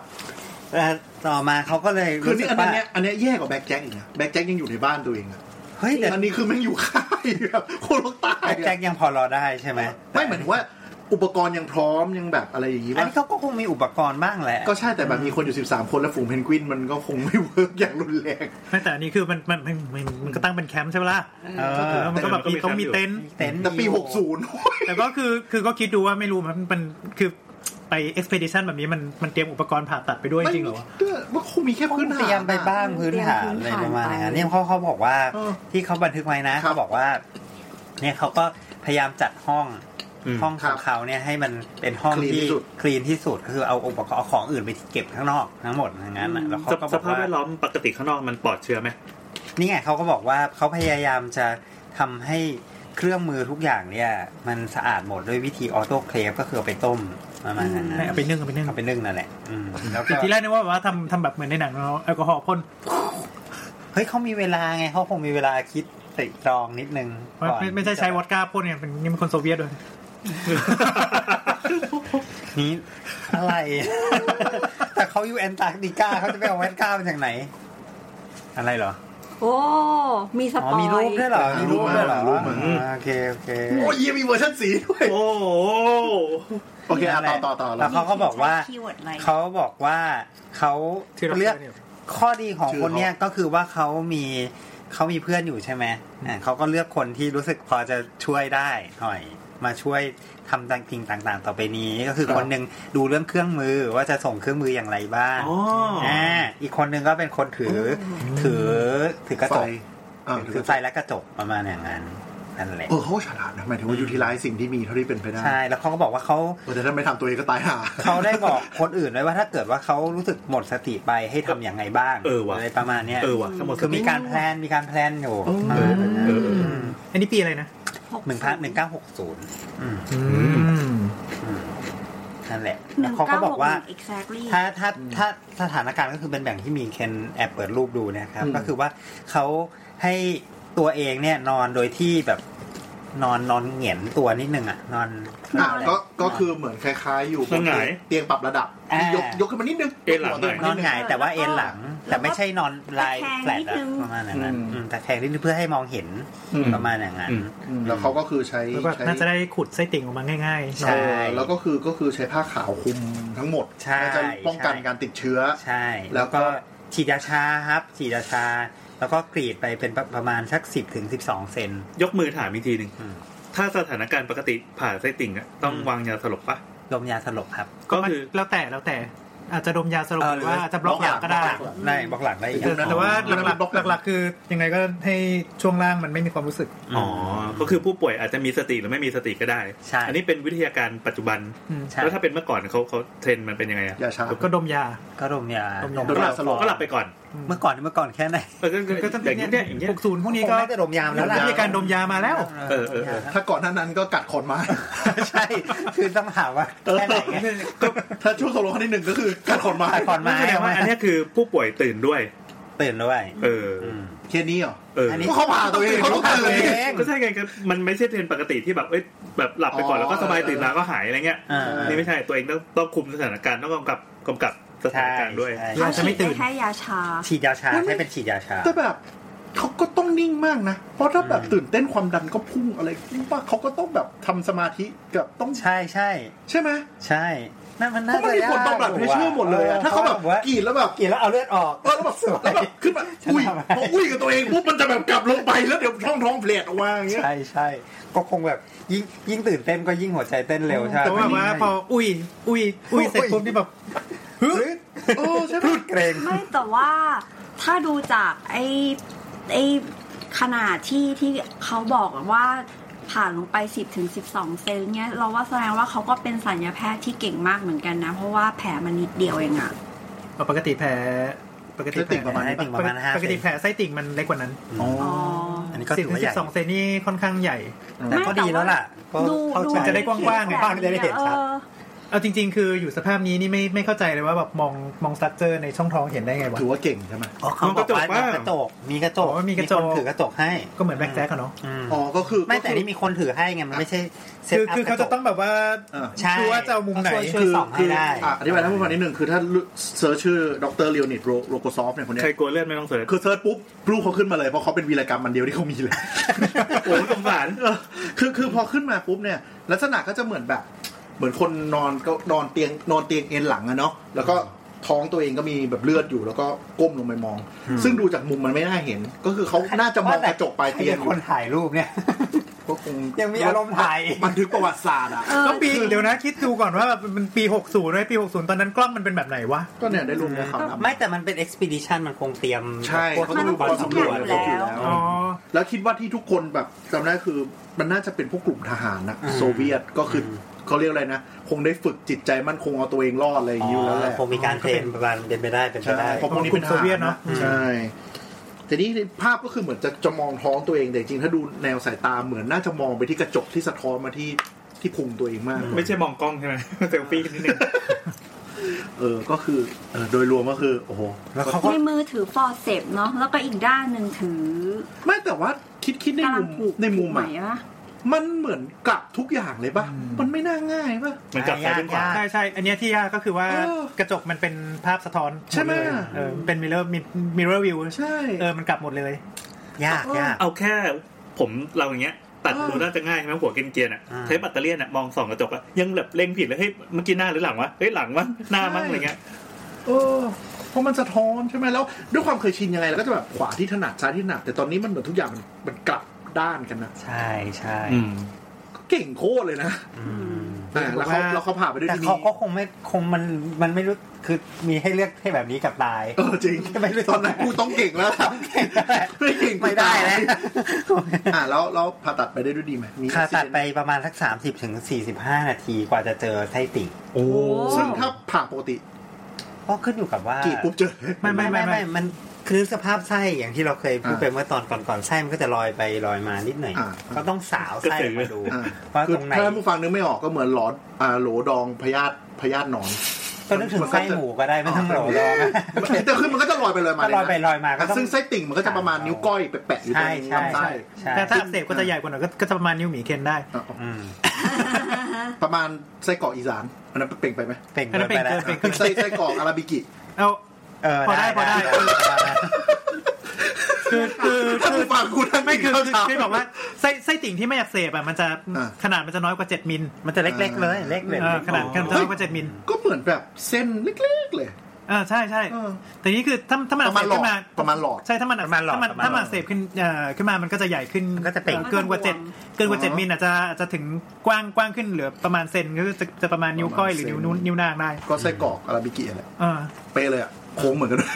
A: แล้วต่อมาเขาก็เลย
C: คือ
A: รู้สึ
C: นี่
A: ก
C: อัน
A: ว่า
C: เนี้ยอันเนี้ยแย่กว่าแบ็คแจ็คอีกนะแบ็คแจ็คยังอยู่ในบ้านตัวเองอะ
A: เฮ้ยแต่
C: อันนี้คือแม่งอยู่ค่ายแบบโคตรตายอะ
A: แจ็คยังพอรอได้ใช่ไหม
C: ไม่เหมือนว่าอุปกรณ์ยังพร้อมยังแบบอะไรอย่างงี้
A: อัน
C: ว่า
A: นี้เขาก็คงมีอุปกรณ์บ้างแหละ
C: ก็ใช่แต่แบบมีคนอยู่ 13 คนแล้วฝูงเพนกวินมันก็คงไม่เวิร์ก อย่างรุนแรง
B: ไม่แต่อันนี้คือมันมันมันมันมันก็ตั้งเป็นแคมป์ใช่ไหมล่ะ
A: เออ
B: เออมันก็แบบมี
D: แต่
B: ต้อ
D: มันก็
B: งมี
D: มีแคมป์อยู่
B: เต็นท์
A: เต็นท์
C: แต่ปี
A: อยู่
C: 60โอ้ย
B: แต่ก็คือคือก็คิดดูว่าไม่รู้มันมันคือไปเอ็กซ์เพดิชันแบบนี้มันมันเตรียมอุปกรณ์ผ่าตัดไปด้วยจริงเหรอวะ
C: เออมันคงมีแค่พื้นฐาน
A: เตรียมไปบ้างพื้นฐานอะไรประมาณอย่างนั้นเนี่ยเขาเขาบอกว่า
C: เออ
A: ที่เขาบันทึกไว้นะครับ เขาบอกว่า เนี่ยเขาก็พยายามจัดห้อง
D: อืม
A: ห้อง
C: ค
A: ข
C: รั
A: อบงเขาเนี่ยให้มันเป็นห้อง
C: clean ที่
A: ที่
C: สุด
A: คลีนที่สุดก็คือเอาอุปกรณ์เอาของอื่นไปเก็บข้างนอกทั้งหมดอย่างนั้นน่ะแล้วเขา
D: ส
A: ก็
D: ส
A: บอก
D: ภาพแว
A: ว่า
D: ดล้อมปกติข้างนอกมันปลอดเชื้อไหม
A: นี่ไงเขาก็บอกว่าเขาพยายามจะทำให้เครื่องมือทุกอย่างเนี่ย มันสะอาดหมดด้วยวิธีออโต้เคลฟก็คือเอาไปต้มประมาณนั้นนะ
B: ไม่เอาไปนึ่งเอาไปนึ่ง
A: เอาไปนึ่งนั่นแหละอืมแล้ว
B: คื
A: ก็
B: อที่แรกนึกว่าแบบว่าทำทำแบบเหมือนในหนังเราแอลกอฮอล์พ่น
A: เฮ้ยเขามีเวลาไงเขาคงมีเวลาคิดติตรองนิดนึง
B: ไม่
A: ก่อน
B: ไม่ไม่ใช่ใช้วอดก้าพ่นเนี่ยเป็นนี่มันคนโซเวียตด้วย
A: นี้อะไร แต่เขาอยู่แอนตาร์กติกาเขาจะไปเอาแวนก้ามาจากไหน อะไรเหรอ
E: โอ้ มีส
A: อ๋
E: ปอ
A: อ
E: ย
A: มีรูปด้วยเหรอมีรูปด้วยเหรอ
C: รูปมา
A: อ่าโอเคโอเค
C: โอ้ยเฮียมีเวอร์ชันสีด้วย
D: โอ้โห
C: โอเคอ่ะต่อต่อต่อ
A: แล้
C: แล้ว
A: วเขาก็บอกว่า
E: คีย์เวิร์ดอะไร
A: เขาบอกว่าเขาเลือก ข้อดีของคนเนี้ยก็คือว่าเขามีเขามีเพื่อนอยู่ใช่ไหมอ่าเขาก็เลือกคนที่รู้สึกพอจะช่วยได้หน่อย มาช่วยทำต่างสิ่งต่าง ๆ ต่อไปนี้ก็คือคนหนึ่งดูเรื่องเครื่องมือว่าจะส่งเครื่องมืออย่างไรบ้าง
D: อ๋ออ
A: อ่าอีกคนหนึ่งก็เป็นคนถืออถือถือกระ
C: ไฟ
A: จก
C: อ่ะ
A: ถือไฟและกระจกประมาณอย่างนั้น นั่นแหละ
C: เออเขาก็ฉลาดนะหมายถึงว่ายูทิลไลซ์สิ่งที่มีเท่าที่เป็นไปได้
A: ใช่แล้วเขาก็บอกว่าเขา
C: เออแต่ถ้าไม่ทำตัวเองก็ตายห่า
A: เขาได้บอกคนอื่นไว้ว่าถ้าเกิดว่าเขารู้สึกหมดสติไปให้ทำอย่างไงบ้าง
D: เออว่ะ
A: ไรประมาณเนี้ย
D: เออว่ะทั้งหมด
A: คือมีการแพลนมีการแพลนอยู่
D: เออเออเออ
B: อันนี้ปีอะไรนะ
A: หนึ่งพันหนึ่งเก้าหกศูนย์
B: ม
A: นั่นแหละ
E: ห
A: แล้
E: นึ่
A: ว
E: ง
A: เขาก็
E: เก้า
A: บ
E: ห
A: อก กว่า
E: หนึ่ง exactly
A: ถ้าถ้าถ้าสถานการณ์ก็คือเป็นแบบที่มีเคนแอบเปิดรูปดูเนะครับ
C: อืม
A: ก็คือว่าเขาให้ตัวเองเนี่ยนอนโดยที่แบบนอนนอนเหงียนตัวนิดนึงอ่ะนอน
C: อ่ะ
A: เขาเรีย
C: ก็
A: ว่าอะไร
C: ก็คือเหมือนคล้ายๆ อยู่บน
D: หงาย
C: เตียงปรับระดับ
A: อ่า
C: ยกยกขึ้นมานิดนึง
D: เอ็นหลังหน่อย
A: นอนหงายแต่ว่าเอ็นหลัง แต่ไม่ใช่นอนลายแฟลตอะประมาณอย่างนั้นอืมแต่แทงนิดนึงเพื่อให้มองเห็น
C: อืม
A: ประมาณอย่างนั้น
D: อืม
C: อืมแล้วเขาก็คือใช้
B: แล้วก็
C: ใช้
B: น่าจะได้ขุดไส้ติ่งออกมาง่ายๆ
A: ใช่
B: เนาะ
C: เออแล้วก็คือก็คือใช้ผ้าขาวคลุมทั้งหมด
A: ใช่
C: น่าจะป้องกันการติดเชื้อ
A: ใช่
C: แล้
A: แล้ว
C: วก็
A: ก็ฉีดยาชาครับฉีดยาชา แล้วก็กรีดไปเป็นประประมาณสักสิบถึงสิบสองเซน
D: ยกมือถามอีกทีหนึ่ง
A: อืม
D: ถ้าสถานการณ์ปกติผ่าไส้ติ่งอะต้องวางยาสลบปะ
A: ลมยาสลบครับ
D: ก็คือ
B: แล้วแต่แล้วแต่อาจจะดมยาสลบหรือว่าอาจจะบล็อกหลังก็ได้
A: ได้บล็อกหลังได้อีก
B: เออแต่ว่าหลัก
C: บล็อกหลัง
B: ๆหลักๆคือยังไงก็ให้ช่วงล่างมันไม่มีความรู้สึก
D: อ๋อก็คือผู้ป่วยอาจจะมีสติหรือไม่มีสติก็ได้
A: ใช่
D: อันนี้เป็นวิทยาการปัจจุบัน
B: อืม
A: ใช่
D: แล้วถ้าเป็นเมื่อก่อนเขาเขาเทรนมันเป็นยังไงอะ
C: ยาชา
B: ก็ดมยา
A: ก็ลมยา
B: ลมยา
D: ก็หลับ
C: สลบ
D: ก็หลับไปก่อน
A: เมื่อก่อนนี่เมื่อก่อนแค่ไหน
D: เออก็ก็
B: ก็จะ
D: อย่าง
B: เป็
D: เงี้
B: น
D: ย
B: เนี่ย
D: อย่างเงี้ย
B: หกศูนย์พวกนี้
A: ค
B: ก็
A: งน่าจะดมยามแล้วล่ะ
B: วิธีการดมยามาแล้ว
D: เออเออเออ
C: ถ้าก่อนหน้านั้นก็กัดขอนไม้
A: ใช่คือต้องถามว่าแค่ไหนไง
C: ถ้าช่วงโซโลครั้งที่หนึ่งก็คือกัดขอนไม้
A: ตัดขอนไม้
D: แสดง
A: เอา
D: ว่า
A: มา
D: อันเนี้ยคือผู้ป่วยตื่นด้วย
A: ตื่นด้วย
D: เอออ
A: อืม
C: เคสนี้เหรอ
D: เอออน
A: นี้
C: ก็เขาผ่าตัวเองเขาต้องตื่น
D: ก็ใช่ไงก็มันไม่ใช่เทรนปกติที่แบบเอ้ยแบบหลับไปก่อนแล้วก็สบาย
C: อ๋อ
D: ตื่นมาก็หายอะไรเงี้ย
A: อ่า
D: นี่ไม่ใช่ตัวเองต้องต้องคุมสถานการณ์ต้องกำกับกำกับสถา
A: ใช่
D: นการณ์ด้วย
A: ใช่
B: ยาจะไม่ตื่น
E: เขาฉีดด้แค่ยาชา
A: ฉีดยาชาใช้เป็นฉีดยาชา
C: แต่แบบเขาก็ต้องนิ่งมากนะ เพราะถ้าแบบตื่นเต้นความดันก็พุ่งอะไรรู้ป่ะเขาก็ต้องแบบทำสมาธิกับต้อง
A: ใช่ใช่
C: ใช่ไหม
A: ใช่นั่นมัน
C: เพ
A: น่า
C: ราะมันมีผลต่อแบบเพรสเชอร์หมดเลยอะถ้าเขาแบบ
A: ว่าก
C: รีดแล้วแบบ
A: กินแล้วเอาเลือดออก
C: เออแล้วแบบแล้วแบบขึ้นมาอุ้ยพออุ้ยกับตัวเองปุ๊บมันจะแบบกลับลงไปแล้วเดี๋ยวท้องท้องเพลดออกมาอย่างเงี้ย
A: ใช่ใช่ก็คงแบบยิ่งยิ่งตื่นเต้นก็ยิ่งหัวใจเต้นเร็วใช่
B: แต่ว่าแบบว่าพออุ้ย อุ้ย อุ้ยเสร็จปุ๊บนี่แบบฮึ
C: โอ้ใช่
A: พู
C: ป่ะ
A: ดเกรง
E: ไม่แต่ว่าถ้าดูจากไอ้ไอ้ขนาดที่ที่เขาบอกว่าผ่านลงไป 10ถึง12 เซนเนี้ย เราว่าแสดงว่าเขาก็เป็นสัญญาแพทย์ที่เก่งมากเหมือนกันนะ เพราะว่าแผลมันนิดเดียวเองอะ
B: ปกติแผลปกติแผล
A: ประมาณนี้ประมาณห้า
B: ปกติแผลไส้ติ่งมันเล็กกว่านั้น
A: อ๋อ
E: อ๋อ
A: อันนี้ก็
B: สิ
A: ถือ
B: บถึ
A: ว่าง ให
B: สิ
A: ญ่
B: บสองเซนนี่ค่อนข้างใหญ่
A: แต่ก็ดีแล้วล่ะก็
E: ดู
A: เข้า
E: ดู
A: ใจ
B: จะได้กว้างๆไง
E: แบบ
A: จะได้เห็นชัด
E: ออ
B: เอาจริง ๆ คืออยู่สภาพนี้นี่ไม่ไม่เข้าใจเลยว่าแบบมองมองสตรัคเจอร์ในช่องท้องเห็นได้ไงวะ
C: ถือว่าเก่งใช่ไหม
A: อ๋อเขาบอกว่ามีกระจกมีกระจก
B: อ๋อมีกระจก
A: คนถือกระจกให้
B: ก็เหมือนแบ็กแจ็คอะเนาะ
A: อืม
C: อ๋อก็คือ
A: ไม่แต่อันนี่มีคนถือให้ไงมันไม่ใช่ซต
B: คือ
A: พ
B: คือเขาจะต้องแบบว่า
C: เออ
A: ใช่
B: ดูว่าจะเอามุมไหน
A: ช่วยช่วยส่องให้ได้
C: อ่ะอธิบายท่านผู้ฟังนิดนึงคือถ้าเซิร์ชชื่อดรเลโอนิดโรโกซอฟเนี่ยคนเนี้ย
D: ใครกลัวเลือดไม่ต้องเสิร์ช
C: คือเซิร์ชปุ๊บรูปเขาขึ้นมาเลย เพราะเขาเป็นวีรกรรมมันเดียวที่เขามีเลย
D: โอ้ยสงสาร
C: เออคือคือพอขึ้นมาปุ๊บเนี่ย ลักษณะก็จะเหมือนแบบ เหมือนคนนอนก็นอนเตียงนอนเตียงเอ็นหลังอะเนาะแล้วก็ท้องตัวเองก็มีแบบเลือดอยู่แล้วก็ก้มลงไปมอง ซึ่งดูจากมุมมันไม่น่าเห็น ก็คือเขาน่าจะมองกระจกปลายเตียง
A: ใครป็น
C: อยู่
A: คนถ่ายรูปเนี่ย
C: ก็คง
A: ยังมีอารมณ์ถ่าย
C: บันทึกประวัติศาสตร์อ่ะ
B: ก็ปีเดี๋ยวนะคิดดูก่อนว่าแบบมันปี 60ด้วยปี 60 ตอนนั้นกล้องมันเป็นแบบไหนวะ
C: ก็เนี่ยได้รูปเนี่ยครับ
A: ไม่แต่มันเป็น expedition มันคงเตรียม
C: ใช่
A: พวก
C: เขาต้องดูความสำรวจ
E: มันต้องผ่านอยู่แล้ว
B: อ๋อ
C: แล้วคิดว่าที่ทุกคนแบบจำได้คือมันน่าจะเป็นพวกกลุ่มทหารนะโซเวียตก็คืออเขาเรียกอะไรนะคงได้ฝึกจิตใจมั่นคงเอาตัวเองรอดอะไรอย่างนี้อยู่แล้วแหละ
A: คงมีการเตรียมประมาณเป็นไปได้เป็นไป
C: ใช่
A: ได้
C: เพราะพวกนี้เป็นท
B: กลุ่มโซ
C: หาร
B: เวียตเนอะ
C: ใช่แต่นี่ภาพก็คือเหมือนจะจะมองท้องตัวเองแต่จริงๆถ้าดูแนวสายตาเหมือนน่าจะมองไปที่กระจกที่สะท้อนมาที่ที่พุงตัวเองมาก
D: ไม่ใช่มองกล้องใช่ไหม เซลฟี่นิดนึง
C: เออก็คือเออโดยรวมก็คือโอ้โห
A: แล้วเขาก็
E: ในมือถือฟอร์เซปเนาะแล้วก็อีกด้านหนึ่งถือ
C: ไม่แต่ว่าคิดคิดใน
E: กำลั
C: มุ
E: ง
C: ม
E: ผูก
C: ในมุม
E: ใหม่
C: อ่ะ
E: ปะ
C: มันเหมือนกลับทุกอย่างเลยป่ะ มันไม่น่าง่ายป่ะ
D: มันกลับซ้ายเป็นขวา
B: ใช่ใช่อันเนี้ยที่ยากก็คือว่า
C: เออก
B: ระจกมันเป็นภาพสะท้อนด
C: ใช่ไหม
B: เลยเออเป็นมิเรอร์มิเรอร์วิว
C: ใช่
B: เออมันกลับหมดเลย
A: ยากยาก
D: เอาแค่ผมเราอย่างเงี้ย ตัด
C: เออ
D: ดูน่าจะง่ายใช่ไหมหัวเกรียนๆอ่ะ
A: อ่า
D: ใช้ปัตเตอร์เลียนอ่ะมองส่องกระจกอ่ะยังแบบเล็งผิดเลยเฮ้ยเมื่อกี้หน้าหรือหลังวะเฮ้ยหลังวะหน้ามั้งอะไรเงี้ย
C: เออเพราะมันสะท้อนใช่ไหมแล้วด้วยความเคยชินยังไงเราก็จะแบบขวาที่ถนัดซ้ายที่ถนัดแต่ตอนนี้มันเหมือนทุกอย่างมันมันกลับด้านกันนะ
A: ใช่ใช่
D: อืม
C: ก็เก่งโคตรเลยนะ
A: อืม
C: อ่าแล้วเขาแล้วเขาผ่าไปด้วย
A: แต่
C: ดี
A: เขาก็คงไม่คงมันมันไม่รู้คือมีให้เลือกให้แบบนี้กับตาย
C: เออจริง
A: ไม่รู้
C: ตอนนั้นกูต้องเก่งแล้วครับไม่เก่ง
A: ไม่ได้แล้ว
C: อ่าแล้วแล้วผ่าตัดไปได้ด้วยดีไหมมี
A: ผ่าตัด
C: accident
A: ไปประมาณสัก 30ถึง45 นาทีกว่าจะเจอไส้ติ่ง
D: โอ้
C: ซึ่งถ้าผ่าปกติ
A: ก็ขึ้นอยู่กับว่าก
C: รีดปุ๊บเจอ
B: ไม่ไม่ไม่ไม่
A: มันคือสภาพไส้อย่างที่เราเคยพูด
C: อ่า
A: ไปเมื่อตอนก่อนๆไส้มันก็จะลอยไปลอยมานิดหน่อย
C: อ่า
A: ก็ต้องสาวไส้ออกมาดู
C: อ่า
A: ว่า
C: คือ
A: ตรงไหน
C: ถ้าท่านผู้ฟังนึกไม่ออกก็เหมือนหลอดอ่าโหลดองพยาธิพยาธิหนอน
A: ก็นึกถึงไส้หมูก็ได้ไม่ต้องโหลดองนะ
C: แต่ขึ้นมันก็จะลอยไปลอยมา
A: ก็ลอยไป
C: เล
A: อยมาก็
C: นะ
A: ต้อง
C: ซึ่งไส้ติ่งมันก็จะประมาณนิ้วก้อยไปแปะอยู่ตร
A: ใช่
C: ง
A: ใช่
C: ลำ
A: ใช่
C: ไส้
A: ใช่
B: แต่ถ้าอักเสบก็จะใหญ่กว่าหน่อยก็ก็จะประมาณนิ้วหมีเคนได้
C: อ่ะ
A: อืม
C: ประมาณไส้กรอกอีสานอันนั้นเป่งไปไหม
A: เป่ง
B: อันนั้น
A: เกินไปแล้ว
B: เป่งเกิน
C: ไส้ไส้กรอกอาราบิกิ
B: เอา
A: เออ
B: พอได้พอได้ คือคือ
C: ท่าน
B: คือ
C: ผู้ฟังคุณท่าน
B: ไม่คือ
C: กินข้า
B: คือ
C: วเช้า
B: คือบอกว่าไส้ไส้ติ่งที่ไม่อักเสบอ่ะมันจะ
C: อ่า
B: ขนาดมันจะน้อยกว่า 7มิล
A: มันจะเล็กๆเลยเล็กเลย
B: เออขนาดขนาดมันจะน้อยกว่า7มิล
C: ก็เหมือนแบบเส้นเล็กๆเลย
B: อ่าใช่ใช่
C: เออ
B: แต่นี่คือถ้าถ้ามันอักเสบขึ้นมา
C: ประมาณหลอด
B: ใช่ถ้ามันอัก
A: ประมาณหลอด
B: ถ้ามัน
A: ประมาณ
B: ถ้ามัน
A: หลอด
B: อักเสบขึ้นเอ่อขึ้นมามันก็จะใหญ่ขึ้น
A: มันก็จะเป่ง
B: อ่อเกินกว่า 7 เกินกว่า
C: อ๋อ
B: 7มิลอาจจะอาจจะถึงกว้างกว้างขึ้นเหลือประมาณเซนก็จะจะประมาณนิ้วก้อยหรือนิ้วนู้นนิ้วนางได้
C: ก็ไส้กรอกอาราบิกิอะไร
B: เออ
C: เป๊ะเลยอ่ะโค้งเหมือนกันด้วย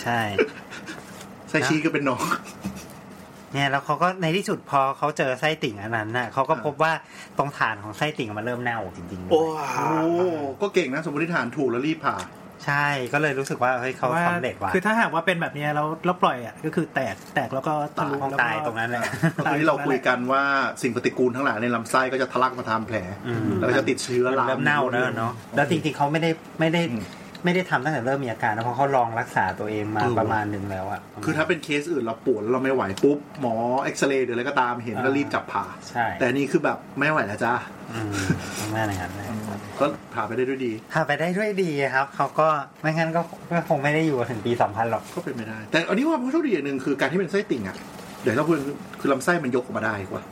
A: ใช่
C: ไส้ชี้ก็เป็นหน้อง
A: เนี่ยแล้วเขาก็ในที่สุดพอเขาเจอไส้ติ่งอันนั้นน่ะเขาก็
C: อ่า
A: พบว่าตรงฐานของไส้ติ่งมันเริ่มเน่าจริงๆ
D: โอ้
C: โอ้ก็เก่งนะสมมติฐานถูกแล้วรีบผ่า
A: ใช่ก็เลยรู้สึกว่าเฮ้ยเขา
B: ว่า
A: สำเร็จว่ะ
B: คือถ้าหากว่าเป็นแบบเนี้ยแล้วแล้วปล่อยอ่ะก็คือแตกแตกแล้วก็ทะลุ
A: คง
B: แล้วก็
A: ตายตรงนั้นแหละ
C: ก็คือที่เราคุยกันว่าสิ่งปฏิกูลทั้งหลายในลำไส้ก็จะทะลักมาทำแผล
A: อืม
C: แล้วก็จะติดเชื้อลาม
A: เริ่มเน่าแล้วเนาะแล้วจริงๆเขาไม่ได้ไม่ได้
C: อืม
A: ไม่ได้ทำตั้งแต่เริ่มมีอาการนะเพราะเขาลองรักษาตัวเองมาประมาณหนึ่งแล้วอ่ะ
C: คือถ้าเป็นเคสอื่นเราปวดเราไม่ไหวปุ๊บ หมอเอ็กซเรย์หรืออะไรก็ตามเห็นก็
A: อ่า
C: รีบจับผ่า
A: ใช่
C: แต่นี่คือแบบไม่ไหวแล้วจ้า
A: อืมประมาณอย่างนั้นเลย
C: ก็ผ่าไปได้ด้วยดี
A: พาไปได้ด้วยดีครับเขาก็ไม่งั้นก็ก็คงไม่ได้อยู่ถึงปีสองพันหรอก
C: ก็เป็นไม่ได้ แต่อันนี้ว่าโชคดีอย่างหนึ่งคือการที่เป็นไส้ติ่งอ่ะเดี๋ยวเราพูดคือลำไส้มันยกออกมาได้กว่า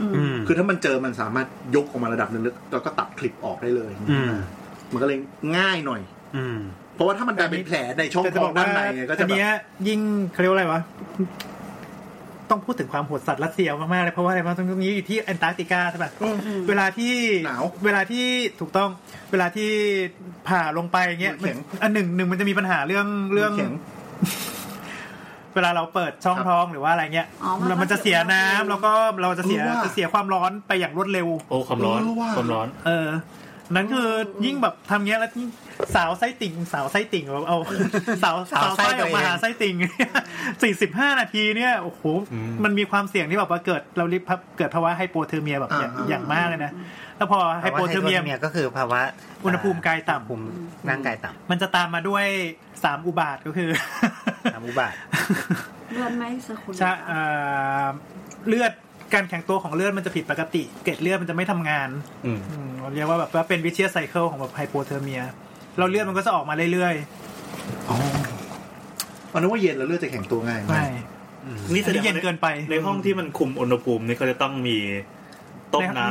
E: อืม
A: อืม
C: คือถ้ามันเจอมันสามารถยกออกมาระดับหนึงแล้วก็ตัดคลิปออกได้เลย
A: อืม
C: มันก็เลยง่ายหน่อย
A: อืม
C: เพราะว่าถ้ามันดันเป็นแผลในช่องท้องด้านในไงก็จะ
B: อัน
C: แบบ
B: เนี้ยยิ่งเขาเรียกว่าอะไรวะ ต้องพูดถึงความโหดสัตว์รัสเซียมากๆเลยเพราะว่าอะไรวะตรงนี้อยู่ที่แอนตาร์กติกาใช่ป่ะเวลาที่
C: หนาว
B: เวลาที่ถูกต้องเวลาที่ผ่าลงไปเงี้ย
C: มือแข็ง
B: มันอันหนึ่งหนึ่งมันจะมีปัญหาเรื่องเรื่อง
C: แข็ง
B: เวลาเราเปิดช่อง
C: ครับ
B: ท้องหรือว่าอะไรเงี้ย
E: อ๋อมันก็
B: แล้วมันจะเสียน้ำ
E: เสียน้ำ
B: แล้วก็เราจะเสีย
C: รู้ว่า
B: จะเสียความร้อนไปอย่างรวดเร็ว
D: โอ้ความร้อน
C: เออว่ะ
D: ความร้อน
B: เออ นั้นคือยิ่งแบบทำเงี้ยแล้วยิ่งสาวไส้ติ่ง สาวไส้ติ่งแบบเอา สาวสาวไส้ออกมาหาไส้ติ่ง สี่สิบห้านาทีเนี่ยโอ้โห
D: อืม
B: มันมีความเสี่ยงที่แบบว่าเกิดเราเรียกพับเกิดภาวะไฮโปเทอร์เมียแบบอย่าง
C: อ่า
B: อย่างมากเลยนะ แล้วพอไฮโปเทอร์เมีย
A: ภาวะไฮโปเทอร์เมียก็คือภาวะ
B: อุณหภูมิกายต่ำ
A: อุณหภูมิร่างกายต่
B: มันจะตามมาด้วยสามอุบาทก็คือ
A: ำ น้ำอุบัติ
E: เลือดไม่สกุล
B: ใช่เอ่อเลือดการแข็งตัวของเลือดมันจะผิดปกติ เกล็ดเลือดมันจะไม่ทำงาน
D: อืม
B: อืมเราเรียกว่าแบบว่าเป็นวิเชียไซเคิลของแบบไฮโปเทอร์เมีย เราเลือดมันก็จะออกมาเรื่อย
C: อ๋อมันนึกว่าเย็นแล้วเลือดจะแข็งตัวง่าย
B: ๆ
C: ไหม
B: ไม่
D: นี่แสดง
B: อันนี้เย็นเกินไป
D: ในห้องที่มันคุมอุณหภูมินี่เขาจะต้องมีต้มน้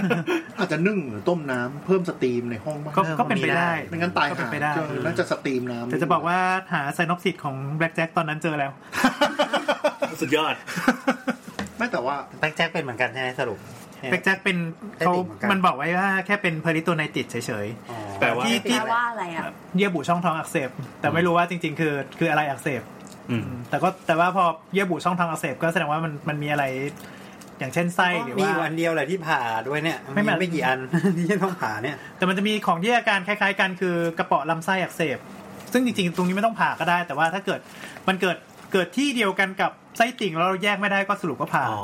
D: ำ
C: อาจจะนึ่งหรือต้มน้ำเพิ่มสตรีมในห้องบ้าง
B: ก็
A: เออ
B: ก็เป็นไป
A: มีได้
B: ได้
C: ไม่งั้นตาย
B: ก็เป็
C: หาน
B: ไปได้
C: เจอน่าจะสตรีมน้ำ
B: แต่จะบอกว่าหาไซนอปซิสของแบล็กแจ็คตอนนั้นเจอแล้ว
D: สุดยอด
C: ไม่แต่ว่า
A: แบล็กแจ็คเป็นเหมือนกันใช่ไหมสรุป
B: แบล็กแจ็คเป็นเขา
A: ได้ติดเหมือนกัน
B: มันบอกไว้ว่าแค่เป็นเพอริโตไนติดเฉย
A: อ๋อ
D: แปลว่า
B: ที่
E: แปลว่าอะไรอ่ะ
B: ๆ เยื่อบุช่องท้องอักเสบ แต่ไม่รู้ว่าจริง ๆ คือคืออะไรอักเสบ
D: อืม
B: แต่ก็แต่ว่าพอเยื่อบุช่องท้องอักเสบก็แสดงว่ามันมันมีอะไร อย่างเช่นไส้หรือ
A: มีอ
B: ว่า
A: ยู่อันเดียวแหละที่ผ่าด้วยเนี่ย
B: ไม่
A: มี
B: มา
A: ไม่กี่อัน ที่จะต้องผ่าเนี่ย
B: แต่มันจะมีของที่อาการคล้ายๆกันคือกระเปาะลำไส้อักเสบ ซึ่งจริงๆ ตรงนี้ไม่ต้องผ่าก็ได้ แต่ว่าถ้าเกิดมันเกิดเกิดที่เดียวกันกับไส้ติ่งแล้วเราแยกไม่ได้ก็สรุปว่าผ่า
D: อ๋อ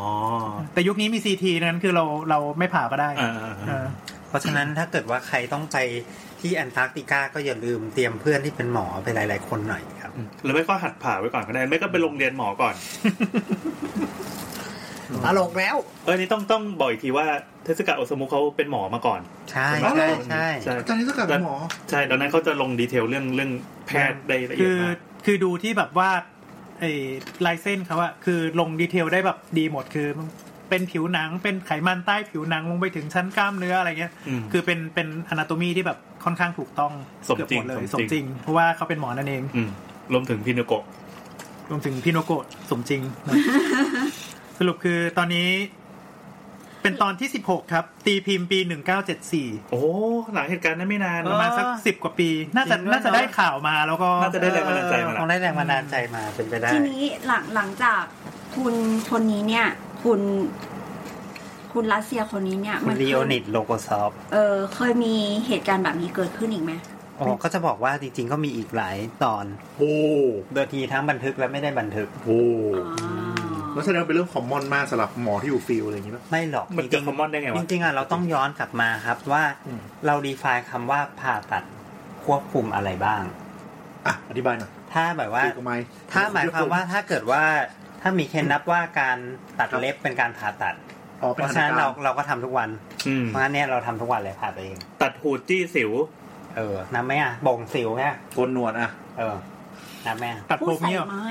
B: แต่ยุคนี้มีซีทีนั้นคือเราเราไม่ผ่าก็ได้
D: อ่าอ่าอ่า
B: เออ
A: เพราะฉะนั้นถ้าเกิดว่าใครต้องไปที่แอนตาร์กติกาก็อย่าลืมเตรียมเพื่อนที่เป็นหมอไปหลาย ๆ คนหน่อยครับ
D: หรือไม่ก็หัดผ่าไว้ก่อนก็ได้ ไม่ก็ไปโรงเรียนหมอก่อน
A: ตลกแล้ว
D: เอออนนี่ต้องต้องบอกอีกทีว่าเทศกาลโอซามุเขาเป็นหมอมาก่อน
A: ใช่
C: อ๋อเหร
A: ใช่
C: อ
A: ใช่
D: ใช่
C: อาจารย์นี่สกัดหมอ
D: ใช่ดังนั้นเขาจะลงดีเทลเรื่องเรื่องแพทย์ได้ละเอี
B: คื
D: ยด
B: อ
D: มาก
B: คือดูที่แบบว่าไอ้ลายเส้นเขาอะคือลงดีเทลได้แบบดีหมดคือเป็นผิวหนังเป็นไขมันใต้ผิวหนังลงไปถึงชั้นกล้ามเนื้ออะไรเงี้ย
D: ม
B: คือเป็นเป็นอนาโตมีที่แบบค่อนข้างถูกต้อง
D: สมจริง
B: เกือบหดเลย
D: ส
B: ส
D: มจริ
B: ม
D: ง
B: จริง เพราะว่าเขาเป็นหมอนั่นเอง
D: มรวมถึงพินโกะ
B: ร วมถึงพี่โนโกะสมจริงนะ สรุปคือตอนนี้ เป็นตอนที่ 16 ครับ ตีพิมพ์ปี 1974
D: โอ้หลังเหตุการณ์นั้นไม่นาน
B: ป
D: ประ ระ
B: มา
D: มา
B: ณ
D: ณ
B: สั
D: สั
B: ก
D: ก
B: สิบกว่าปี น่าจะ
A: จริงด้วย
B: น่าจะ
A: เนอะ
B: ได้ข่าวมาแล้วก็
D: น่าจะได้แรงบันดาลใจมาละ
A: คงได้แรงบันดาลใจมาเป็นไปได้
E: ทีนี้หลังหลังจากคุณคนนี้เนี่ย คุณ คุณรัสเซียคนนี้เนี่ย
A: คุณ
E: เค
A: ลี
E: ย
A: โอนิดโลโกซอฟ
E: เออเคยมีเหตุการณ์แบบนี้เกิดขึ้นอีกไหม
A: อ๋อก็จะบอกว่าจริงๆ ก็มีอีกหลายตอน
C: โอ้
A: โดยทีทั้งบันทึกและไม่ได้บันทึก
C: โห
E: อ๋อ
C: แล้วแสดงว่าเป็นเรื่องคอมมอนมากสำหรับหมอที่อยู่ฟิลด์อะไรอย่างนี้ป่ะ
A: ไม่หรอก
D: มัน
A: จ
D: จะ
A: ริง
D: คอมมอนได้ไง
A: ๆจ
D: วะ
A: ริงๆอ่ะเราต้องย้อนกลับมาครับว่า
C: อืม
A: เราดีไฟคำว่าผ่าตัดควบคุมอะไรบ้าง
C: อ่ะอธิบายหน่อย
A: ถ้าแบบว่า
C: คุยกับไมค์
A: ถ้าหมายความว่าถ้าเกิดว่าถ้ามีเคล็ดนับว่าการตัดเล็บเป็นการผ่าตัด
C: อ๋อ
A: เพราะฉะนั้นเราเราก็ทำทุกวัน
D: อืม
A: เพราะงั้นเนี่ยเราทำทุกวันเลยผ่าตัวเอง
D: ตัดหูดจี้สิว
A: เออนับไหมอ่ะบ่งสิวแค่ย
C: โกนหนวดอ่ะ
A: เออนับไหมอ่ะ
B: ตัด
E: ผู้
B: ผม
E: ใส่
B: เนี่ย
E: ไม้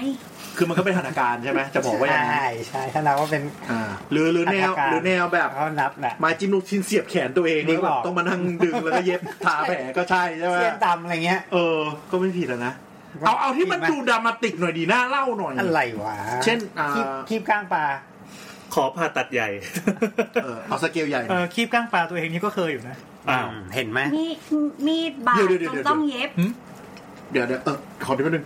C: คือมันก็เป็นสถานการณ์ใช่ไหมจะบอกว่าอย่างนั้น
A: ใช่ใช่ถ้านับว่าเป็น
C: อ่าหรือหรือแนว
A: สถานการณ์
C: หรือแนวแบบ
A: เขานับแหละ
C: ไมาจิ้มลูกชิ้นเสียบแขนตัวเอง
A: นึ
C: แล้ว
A: ก
C: แบ
A: อ
C: บอก ต้องมานั่งดึงแล้วก็เย็บทาแผลก็ใช่ใช่ไหม
A: เสี้ยนดำอะไรเงี้ย
C: เออ ก็ไม่ผิดแล้วนะ เอาเอาที่มันดูดรามาติกหน่อยดีน่าเล่าหน่อย
A: อะไรวะ
C: เช่นอ่า
A: คีบคีบก้างปลา
D: ขอผ่าตัดใหญ่
C: เออเอาสเกลใหญ่ห
B: เอ
C: น่อย
B: อคีบก้างปลาตัวเองนี่ก็เคยอยู่นะ
D: อ้าว
A: เห็นไหม
E: มีดมีดบาด
C: เดี๋ยวเดี๋ยวเดี๋
E: จ
C: ยวน เดี๋ยว
E: ต้องเย็บ
C: เดี๋ยวเดี๋ยวเออขอดูแป๊บนึง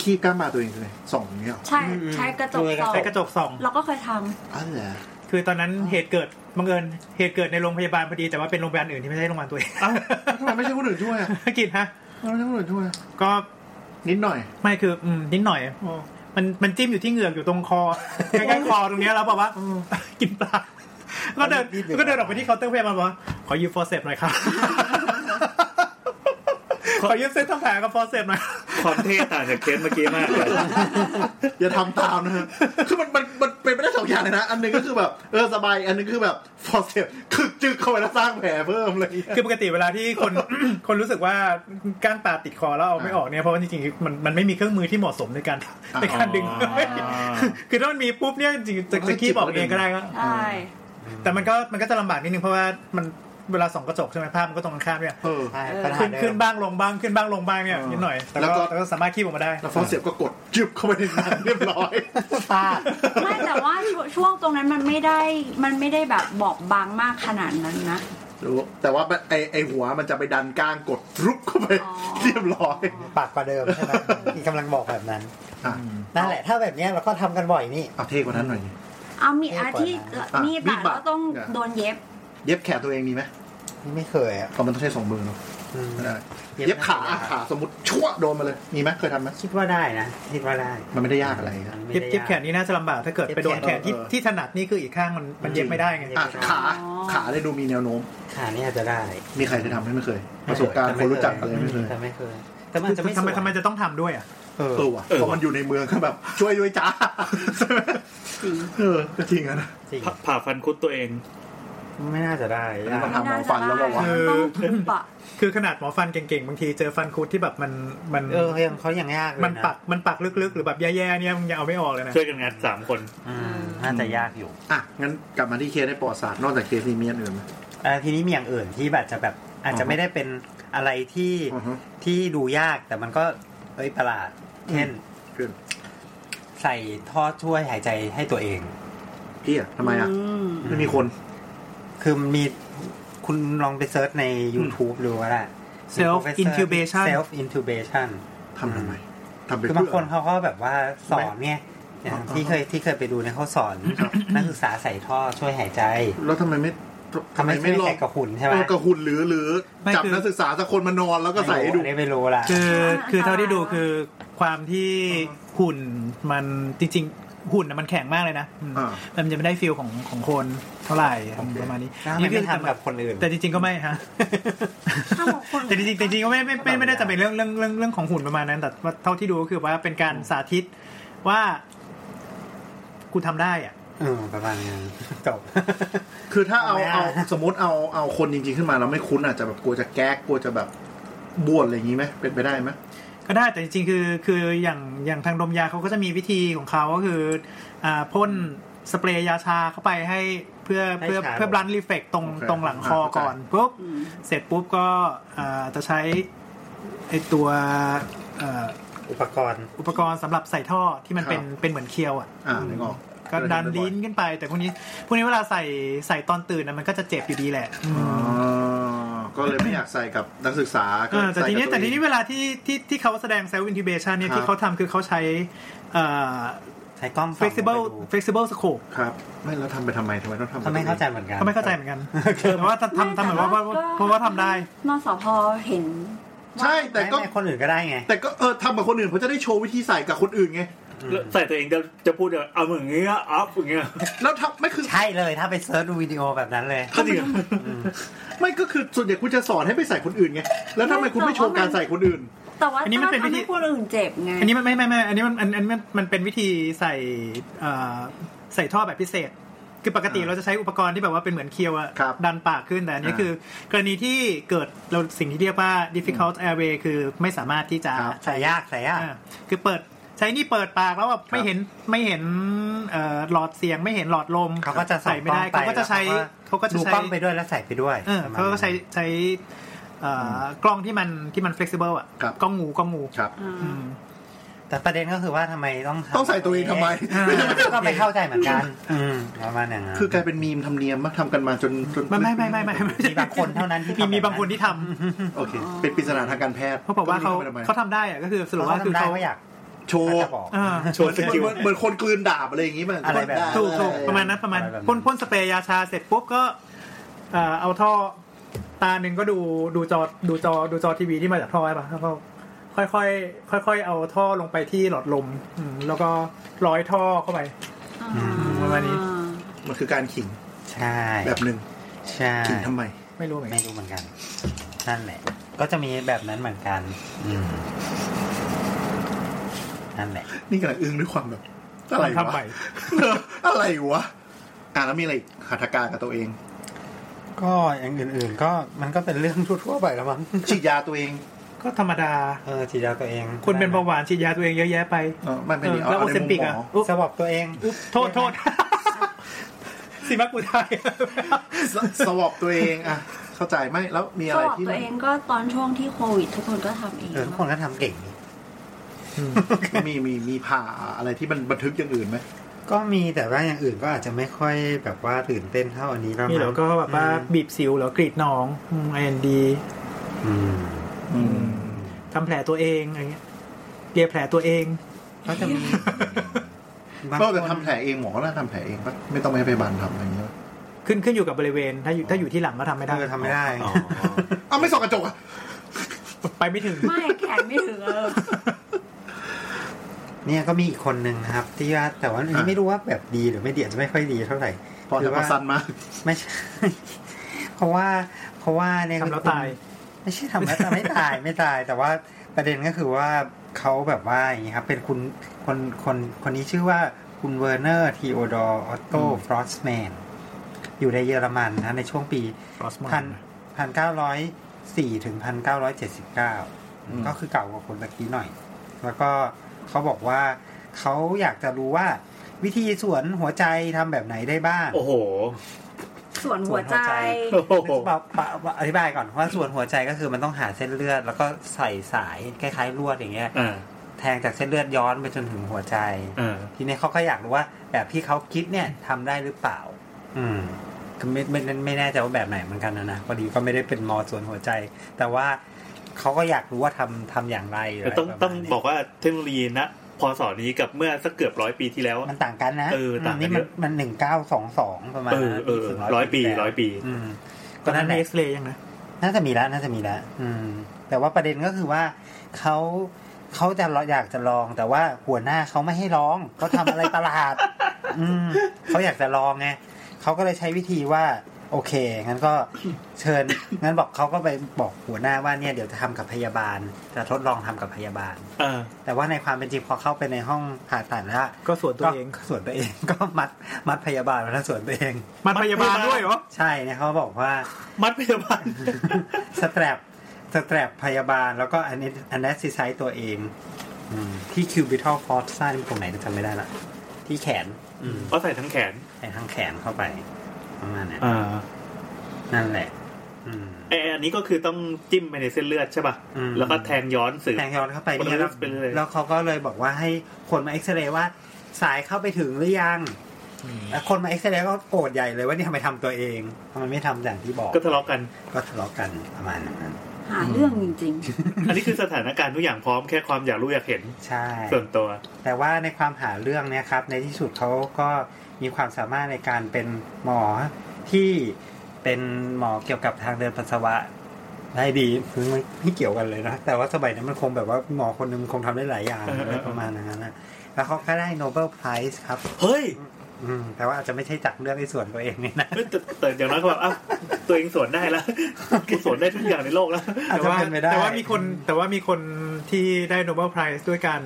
C: ขี้กล้ามมาตัวเองเลยสองอย่างเนี้ยเหรอ
E: ใช่ใช้กระจกส่อง
B: ใช้กระจกส่อง
E: เราก็เคยทำ
C: อ๋อเหรอ
B: คือตอนนั้นเหตุเกิดบังเอิญเหตุเกิดในโรงพยาบาลพอดีแต่ว่าเป็นโรงพยาบาลอื่นที่ไม่ใช่โรงพยาบาลตัวเอง
C: เอ้าทำไมไม่ใช่คนอื่นช่วยอ่ะ
B: กินฮะ
C: ทำไมไม่ใช่คนอื่นช่วยอะ
B: ก็
C: นิดหน่อย
B: ไม่คืออืมนิดหน่อย
C: อ๋อ
B: มันมันจิ้มอยู่ที่เหงือกอยู่ตรงคอ ใกล้ๆคอตรงเนี้ยแล้วบอกว่าอืมกินปลาก็เดินก็เดินออกไปที่เคาน์เตอร์พยาบาลบอกว่าขอยืมฟอร์เซปหน่อยครับ ขอยืมเส้นทำแผลกับฟอร์เซปหน่อย
D: ความเท่ต่างจากเคสเมื่อกี้มากเลย
C: อย่าทำตามนะคือมันมันมันเป็นไม่ได้สองอย่างเลยนะ อันหนึงก็คือแบบเออสบายอันหนึงคือแบบฟอร์เซปคึกจึกเข้าไปแล้วสร้างแผลเพิ่มอะไรอย่างเงี้ย
B: คือปกติเวลาที่คน คนรู้สึกว่าก้างปลาติดคอแล้วเอาไม่ออกเนี่ยเพราะว่าจริงๆมันมันไม่มีเครื่องมือที่เหมาะสมในการในการดึง คือถ้ามันมีปุ๊บเนี่ยจริงๆจะจะคีบออกเองก็ได้ก็
E: ใช่
B: แต่มันก็มันก็จะลำบากนิดนึงเพราะว่ามันเวลาส่องกระจกใช่ไหมภาพมันก็ตรงกันข้ามเนี่ย
C: เออ
A: ใช่ปัญหา
B: ขึ้น
A: เดิม
B: ขึ้นบ้างลงบ้างขึ้นบ้างลงบ้างเนี่ย
C: เออ
B: นิดหน่อย แต่
C: แล้วก็
B: ก็แต่ก็สามารถคีบออกมาได้
C: แล้วฟอสเสียบก็กดจึบเข้าไปในนั้นเรียบร้อย
A: พลาด
E: ไม่แต่ว่า ช่วงช่วงตรงนั้นมันไม่ได้มันไม่ได้แบบบอบบางมากขนาดนั้นนะ
C: รู้แต่ว่าไอไอหัวมันจะไปดันก้างกดรุบเข้าไป
E: อ๋อ
C: เรียบร้อย
A: ปากกว่าเดิมใช่ ไหมที่กำลังบอกแบบนั้น
C: อ่ะ
A: นั่นแหละถ้าแบบเนี้ยเราก็ทำกันบ่อยนี่
C: เอาเท่กว่านั้นหน่อยดิ
E: เอามีดอาที่
C: อ่ะ
E: มีด
C: มี
E: บา
C: ด
E: ด
C: บาด
E: ก็ต้อง
C: อ่ะ
E: โดนเย็บ
C: เย็บแขนตัวเองมีไหม
A: ไม่เคยอ่ะ
C: ตอนมันต้องใช้สองมือเนาะ
A: อืม
C: ไม่ได้เย็บขาอ่ะขาสมมติชั่วโดนมาเลยมีไหมเคยทำไหม
A: คิดว่าได้นะคิดว่าได้
C: มันไม่ได้ยากอะไรนะ
A: ไม่
B: เย็บ
A: ได้าก
B: เย็บแขนนี่น่าจะลำบากถ้าเกิด
A: เย็บ
B: ไปโดนแขน
C: แขน
B: ที่
C: เออ
B: ที่ถนัดนี่คืออีกข้างมันมันเย็บไม่ได้ไง
A: จริง
C: อ่ะขา
E: อ๋อ
C: ขาได้ดูมีแนวโน้ม
A: ขาเนี่ยอาจจะได้
C: มีใครเคยทำไหมไม่เคย ประสบการณ์คนรู้จักเลยไม่เคย
A: แต่ไม่เคย แต่มันจะไม่
B: ทำไม
A: สวย
B: ทำไมจะต้องทำด้วยอ่ะ
A: เออ
C: เออว่ะเพราะมันอยู่ในเมืองก็แบบ ช่วยด้วยจ้าใช่ไหม
E: จริง
C: เออก็จริงอะนะ
A: จริง
D: ผ่าผ่าฟันคุดตัวเอง
A: ไม่น่าจะได้ยาก
C: ทำหมอฟันแล้วเปล่าวะ
E: ต้องทุบอะ
B: คือขนาดหมอฟันเก่งๆบางทีเจอฟันคุดที่แบบมันมัน
A: เออยังเขายังยากเลยะ
B: มันปักมันปักลึกๆ หรือแบบแย่ๆเนี่ยมันยังเอาไม่ออกเลยนะ
D: ช่วยกันงัดสามคน
A: อืมน่าจะยากอยู่
C: อ่ะงั้นกลับมาที่เคสในปอดศาสตร์นอกจากเคสนี้มีอันอื่นไหม
A: เอ่อทีนี้มีอย่างอื่นที่แบบจะแบบอาจจะไม่ได้เป็นอะไรที่
C: อือฮึ
A: ที่ดูยากแต่มันก็เอ้ยประหลาด เช่น
C: ขึ้น
A: ใส่ท่อช่วยหายใจให้ตัวเอง
C: พี่อะทำไมอ่ะ
E: ม
C: ไม่มีคน
A: คือมันมีคุณลองไปเซิร์ชใน YouTube ดูก็ได้
B: self intubation
A: self intubation
C: ทำทำไมทำไป
A: คือบา
C: เพื่
A: ง
C: อ
A: คนเขาก็แบบว่าสอนเนี่ยอย่าง
C: อ๋อ
A: ที่เคยที่เคยไปดูเนี่ยเขาสอนนักศึกษาใส่ท่อช่วยหายใจ
C: แล้วทำไมไม่
A: ทำไมไม่ใส่กระหุ่นใช่ไหม
C: เออกระหุ่นหรือหรือจับนักศึกษาสักคนมานอนแล้วก็ใส่ให้ดู
A: อันนี้ไม่รู้ละ
B: คือคือเท่าที่ดูคือความที่หุ่นมันจริงๆ หุ่นน่ะมันแข็งมากเลยนะอืม
C: อ่า
B: แต่มันจะไม่ได้ฟิลของของคนเท่าไหร่ประมาณนี้
A: แล้วทำไมไม่ทำกับคนอื่น
B: แต่จริงๆก็ไม่ฮะ
E: ถ้าบอกคน
B: แต่จริงๆแต่จริงๆก็ไม่ไม่ไม่ไม่ได้จะเป็นเรื่องเรื่องเรื่องเรื่องของหุ่นประมาณนั้น แต่ว่าเท่าที่ดูก็คือว่าเป็นการสาธิตว่ากูทำได้อ่ะ
A: เออประมาณนั้นจบ
C: คือถ้าเอา
A: ทำไมอะ
C: เอาสมมติเอาเอาคนจริงๆขึ้นมาเราไม่คุ้นอาจจะแบบกลัวจะแก๊กกลัวจะแบบบวนอะไรอย่างนี้ไหมเป็นไปได้ไหม
B: ก็ได้แต่จริงๆคือคืออย่างอย่างทางดมยาเขาก็จะมีวิธีของเขาก็คืออ่าพ่นสเปรย์ยาชาเข้าไปให้เพื่อเพื่อ
A: ให้ชา
B: เพื่อบลันรีเฟกตรงตรงหลังคอก่อนปุ๊บ
E: อืม
B: เสร็จปุ๊บก็อ่าจะใช้ไอตัวเอ่อ
A: อุปกรณ์
B: อุปกรณ์สำหรับใส่ท่อที่มัน
C: ครับ
B: เป็นเป็นเหมือนเคียวอ่ะ
C: อ่านึกออก
B: ก็ดันลิ้นขึ้นไป แต่พวกนี้พวกนี้เวลาใส่ใส่ตอนตื่นนะมันก็จะเจ็บอยู่ดีแหละอืม
C: อ๋อก็เลยไม่อยากใส่กับนักศึกษาก็
B: เออแต่
C: ใส่กับ
B: ทีนี้
C: ว
B: แต่
C: เอง
B: ทีนี้เวลาที่ที่ที่เขาแสดงเซลล์อินทิเบชันเนี่ย
C: ครับ
B: ที่เขาทำคือเขาใช้เอ่อ
A: ใช้กล้องส่อง
B: flexible
A: ไปดู
B: flexible scope
C: ครับ ไม่แล้วทำไปทำไมทำไมต้องทำ
A: ก็ไม่เข้าใจเหมือนกัน
B: ก็ไม่เข้าใจเหมือนกันแต่ว่าทำทำเหมือนว่าว่า
E: ก็
B: เพราะว่าทำได้
E: นสพเห็น
C: ใช่แต่
A: แต่
C: ก็
A: ก็คนอื่นก็ได้ไง
C: แต่ก็เออทำกับคนอื่นเขาจะได้โชว์วิธีใส่กับคนอื่นไง
D: แล้วใส่ตัวเองจะจะพูดว่าเอาเหมือนเงี้ยอัพอย่างเงี้ย
C: แล้วทำไม่คือ
A: ใช่เลยถ้าไปเซิร์ชดูวิดีโอแบบนั้นเลย
D: ก็จริงเหรอ
C: ไม่ก็คือส่วนใหญ่คุณจะสอนให้ไปใส่คนอื่นไงแล้วทำไมคุณไม่โชว์การใส่คนอื่น
E: แต่ว่า
B: อันนี้มันเป็น
E: ถ้า
B: วิธี
E: ทำให้คนอื่นเจ็บไง
B: อันนี้มันไม่ไม่ไม่อันนี้มันอันอันมันมันเป็นวิธีใส่เอ่อใส่ท่อแบบพิเศษ คือปกติ
C: อ่า
B: เราจะใช้อุปกรณ์ที่แบบว่าเป็นเหมือนเคียวอะ
C: ครับ
B: ดันปากขึ้นแต่อันนี้
C: อ่า
B: คือกรณีที่เกิดเราสิ่งที่เรียกว่า difficult airway คือไม่สามารถที่จะ
C: ครับ
A: ใส่ยากใส่ยาก
B: อ่าคือเปิดใช้นี่เปิดปากแล้วแบบไม่เห็นไม่เห็นเอ่อหลอดเสียงไม่เห็นหลอดลม
A: เขาก็จะส่อ
B: ใส่
A: ง
B: ไม่ได้
A: กล้อ
B: เขา
A: งป
B: ก็จะใช้
A: แล้ว
B: เขาก็จะ
A: ดู
B: ใช้
A: กล้องไปด้วยแล้วใส่ไปด้วย
B: เออเขาก็ใช้ใช้เอ่ออกล้องที่มันที่มัน flexible อะ
C: ครับ
B: กล้องงูกล้องงู
C: ครับ
E: อ่า
B: อืม
A: แต่ประเด็นก็คือว่าทำไมต้อง
C: ต้องใส่ตัวเองทำไม
A: ก็ไม่เข้าใจเหมือนกัน อืมประมาณอย่างนั้น
C: คือกลายเป็นมีมทำเนียมมาทำกันมาจนจน
B: ไม่ไม่ไม่ไม่ไม่ไม่
A: มีบางคนเท่านั้นที่
B: มี
A: ทำแบบนั้น
B: มีบางคนที่ทำ
C: โอเค เป็นปริศนาทางการแพทย์
B: เพราะบอกว่าเขา
C: ไม่รู้ทำไปทำไม
B: เขาทำได้อะก็คือสรุป
A: เพราะ
B: ว่า
A: ว่า
B: คือ
A: ทำได้
B: เขา
A: ก็อยาก
C: โชว์
A: จะบอก
B: เออ
D: โชว์ส
C: เห
D: กิล
C: มือนเหมือนคนกลืนดาบอะไรอย่างนี้มัน
A: อะไรแบบนั้น
B: ถูกถูกประมาณนั้นประมาณ
A: อะไรแบบนั้น
B: พ่นพ่นสเปรย์ยาชาเสร็จปุ๊บก็เอ่อเอาท่อตาหนึ่งก็ดูดูจอดูจอดูจอทีวีที่มาจากท่อใช่ปะแล้วก็ค่อยค่อยค่อยๆค่อยๆเอาท่อลงไปที่หลอดลมอืมแล้วก็ร้อยท่อเข้าไป ประมาณนี้
C: มันคือการขิง
A: ใช่
C: แบบหนึ่ง
A: ใช่
C: ขิงทำไม
B: ไม่รู้เหมือนกั
A: ไม่
B: น
A: รู้เหมือนกัน นั่นแหละ ก็จะมีแบบนั้นเหมือนกัน อืมนั่นแหละ
C: นี่กำลังอึ้งด้วยความแบบอะไร
B: มันทำ
C: วะ
B: ไป
C: เออ อะไรวะอ่ะแล้วมีอะไรอีกหัตถการกับตัวเอง
A: ก็อย่างอื่น ๆ ก็มันก็เป็นเรื่องทั่วๆไปแล้วมั้ง
C: ฉีดยาตัวเอง
B: ก็ธรรมดา
A: เออฉีดยาตัวเอง
B: คนเป็นเบาหวานฉีดยาตัวเองเยอะแยะไป
C: เออมันเป็น
B: เออ
C: นี่
B: แล้วโอ
C: เอาใน
B: เซ
C: มุม
B: ปิก
C: หม
B: อะ
C: อ
B: อุ๊บ
A: สวอบตัวเอง
B: อุ๊บโทษโทษ สิมักกูไทย
C: สสวอบตัวเองอ่ะเข้าใจไหมแล้วมี
E: ส
C: อะไร
E: อบ
C: ที่
E: ตัวเองก็ตอนช่วงที่โควิดทุกคนก็ทำเอง
A: เออทุกคนก็ทำเก่งนี่
C: มีมีมีผ่าอะไรที่มันบันทึกอย่างอื่นไหม
A: ก็มีแต่ว่าอย่างอื่นก็อาจจะไม่ค่อยแบบว่าตื่นเต้นเท่าอันนี้แล้ว
B: มีเหรอก็แบบว่าบีบสิวเหรอกรีดหน้องไอเอ็นดี
A: อืม
B: ทำแผลตัวเองอะไรเงี้ยเลียแผลตัวเอง
A: ก็จะมีบาง
C: นอกจาก
A: คน
C: ทำแผลเองหมอก็น่าทำแผลเองปะไม่ต้องไปให้พยาบาลทำอะไรอย่างเงี้ย
B: ขึ้นขึ้นอยู่กับบริเวณ ถ้าอยู่ถ้าอยู่ที่หลังก็ทำไม่ได้
A: เออทำไม่ได้
D: อ๋อ
C: อ้าวไม่ส่องกระจกอ่ะ
B: ไปไม่ถึง
E: ไม่แขนไม่ถึงเออ
A: เนี่ยก็มีอีกคนนึงนะครับ ที่ว่าแต่ว่าอันนี้ไม่รู้ว่าแบบดีหรือไม่ดีอาจจะไม่ค่อยดีเท่าไหร่
C: พอ
A: คื
C: จะมา
A: ว่า
C: สั้นมาก
A: ไม่ ใช่ เพราะว่า เพราะว่าเนี่ย
B: ทำแล้ว
A: คือคุณ
B: ตาย
A: ไม่ใช่ทำแล้วตายไม่ตาย ไม่ตาย แต่ว่าประเด็นก็คือว่าเขาแบบว่าอย่างนี้ครับ เป็นคุณคนคนคนนี้ชื่อว่าคุณเวอร์เนอร์ทีโอดอร์ออตโตฟรอสแมนอยู่ในเยอรมันนะในช่วงปี
B: รอสมอ
A: พัน
B: น
A: พันเก้าร้อยสี่ถึงพันเก้าร้อยเจ็ดสิบเก้าก็คือเก่ากว่าคนตะกี้หน่อย แล้วก็เขาบอกว่าเขาอยากจะรู้ว่าวิธีสวนหัวใจทำแบบไหนได้บ้าง
D: โอ้โห
E: ส่วนหัวใจ
D: โอ้โห
A: แบบปะปะอธิบายก่อนว่าส่วนหัวใจก็คือมันต้องหาเส้นเลือด แล้วก็ใส่สายคล้ายๆลวดอย่างเงี้ย
D: อ่า
A: แทงจากเส้นเลือดย้อนไปจนถึงหัวใจ
D: อ่า
A: ทีนี้เขาก็อยากรู้ว่า แบบที่เขาคิดเนี่ยทำได้หรือเปล่า อืมคือไม่ไม่ไม่ไม่แน่ใจว่าแบบไหนเหมือนกันนะนะพอดีก็ไม่ได้เป็นหมอส่วนหัวใจ แต่ว่าเขาก็อยากรู้ว่าทำทำอย่างไระไร
D: แต่ต้อง
A: ประมาณ
D: ต้องบอกว่าเทคโนโลยีนะพอสอนนี้กับเมื่อสักเกือบร้อยปีที่แล้ว
A: มันต่างกันนะ
D: เออต่างกัน
A: นี่
D: เย
A: มัน
D: อะ
A: มันหนึ่งเก้าสองสองประมาณ
D: เออ
A: นั้น
D: เออ
A: ถึง
D: ร้อยปีร้อยปี
A: อืม
B: ตอ
A: ก็
B: นนั้
A: นั่น
B: น
A: แหละ
B: เอ็กซเรย์ยังนะ
A: น่าจะมีแล้วน่าจะมีแล้วอืม แต่ว่าประเด็นก็คือว่าเขาเขาจะอยากจะลอง แต่ว่าหัวหน้าเขาไม่ให้ลองเขาทำอะไรประหลา ด อืมเขาอยากจะลองไงเขาก็เลยใช้วิธีว่า โอเคงั้นก็เชิญ งั้นบอกเขาก็ไปบอกหัวหน้าว่าเนี่ยเดี๋ยวจะทำกับพยาบาล จะทดลองทำกับพยาบาล
D: เออ
A: แต่ว่าในความเป็นจริงพอเข้าไปในห้องผ่าตัดแล้ว
B: ก็สวนตัวเอง
A: ก็สวนตัวเอง ก็มัดมัดพยาบาลไว้แล้วสวนตัวเอง
B: มันพยาบาลด้วยเหรอ
A: ใช่เนี่ยเขาบอกว่า
D: มัดพยาบาล
A: สแตรปสแตรปพยาบาลแล้วก็อันนี้อันนี้ซีไซตัวเองอืมที่คิวบิทัลฟอร์ซ่านี่ตรงไหนจำไม่ได้ละที่แขนอืม
D: ก็ใส่ทั้งแขน
A: ใส่ทั้งแขนเข้าไปประมาณเนี้ย
D: อ่า
A: นั่นแหละ อืม
D: ไออันนี้ก็คือต้องจิ้มไปในเส้นเลือดใช่ป่ะ
A: อืม
D: แล้วก็แทงย้อนสื่อ
A: แทงย้อนเข้าไป
D: คน
A: เนี่ย
D: ละ
A: แล้ว
D: ลึกไปเลย
A: แล้วเขาก็เลยบอกว่าให้คนมาเอ็กซเรย์ว่าสายเข้าไปถึงหรือยังแล้วคนมาเอ็กซเรย์ก็โกรธใหญ่เลยว่าเนี่ยทำไมทำตัวเองทำไมไม่ทำอย่างที่บอก
D: ก็ทะเลาะกัน
A: ก็ทะเลาะกันประมาณนั้น
E: หาเรื่องจริง
D: อันนี้คือสถานการณ์ทุกอย่างพร้อมแค่ความอยากรู้อยากเห็น
A: ใช่
D: ส่วนตัว
A: แต่ว่าในความหาเรื่องเนี่ยครับ ในที่สุดเขาก็มีความสามารถในการเป็นหมอที่เป็นหมอเกี่ยวกับทางเดินปัสสาวะได้ดีคือมันไม่เกี่ยวกันเลยนะแต่ว่าสมัยนั้นมันคงแบบว่าหมอคนหนึงคงทำได้หลายอย่าง
D: เออเออเออ
A: อะไรประมาณนั้นนะแล้วเขาก็ได้โนเบิลไพรส์ครับ
D: เฮ้ย
A: อืมแต่ว่าอาจจะไม่ใช่จากเรื่องในส่วนตัวเองนี่นะ
D: เฮ้ยแต่แต่อย่างน้อยก็แบบอ้าวตัวเองสวนได้แล้วกูสวนได้ทุกอย่างในโลกแล้ว
A: อาจ
B: แต่
A: จะ
B: ว่า
A: เป็นไปได้
B: แต่ว่ามีคนแต่ว่ามีคนที่ได้โนเบิลไพรส์ด้วยการ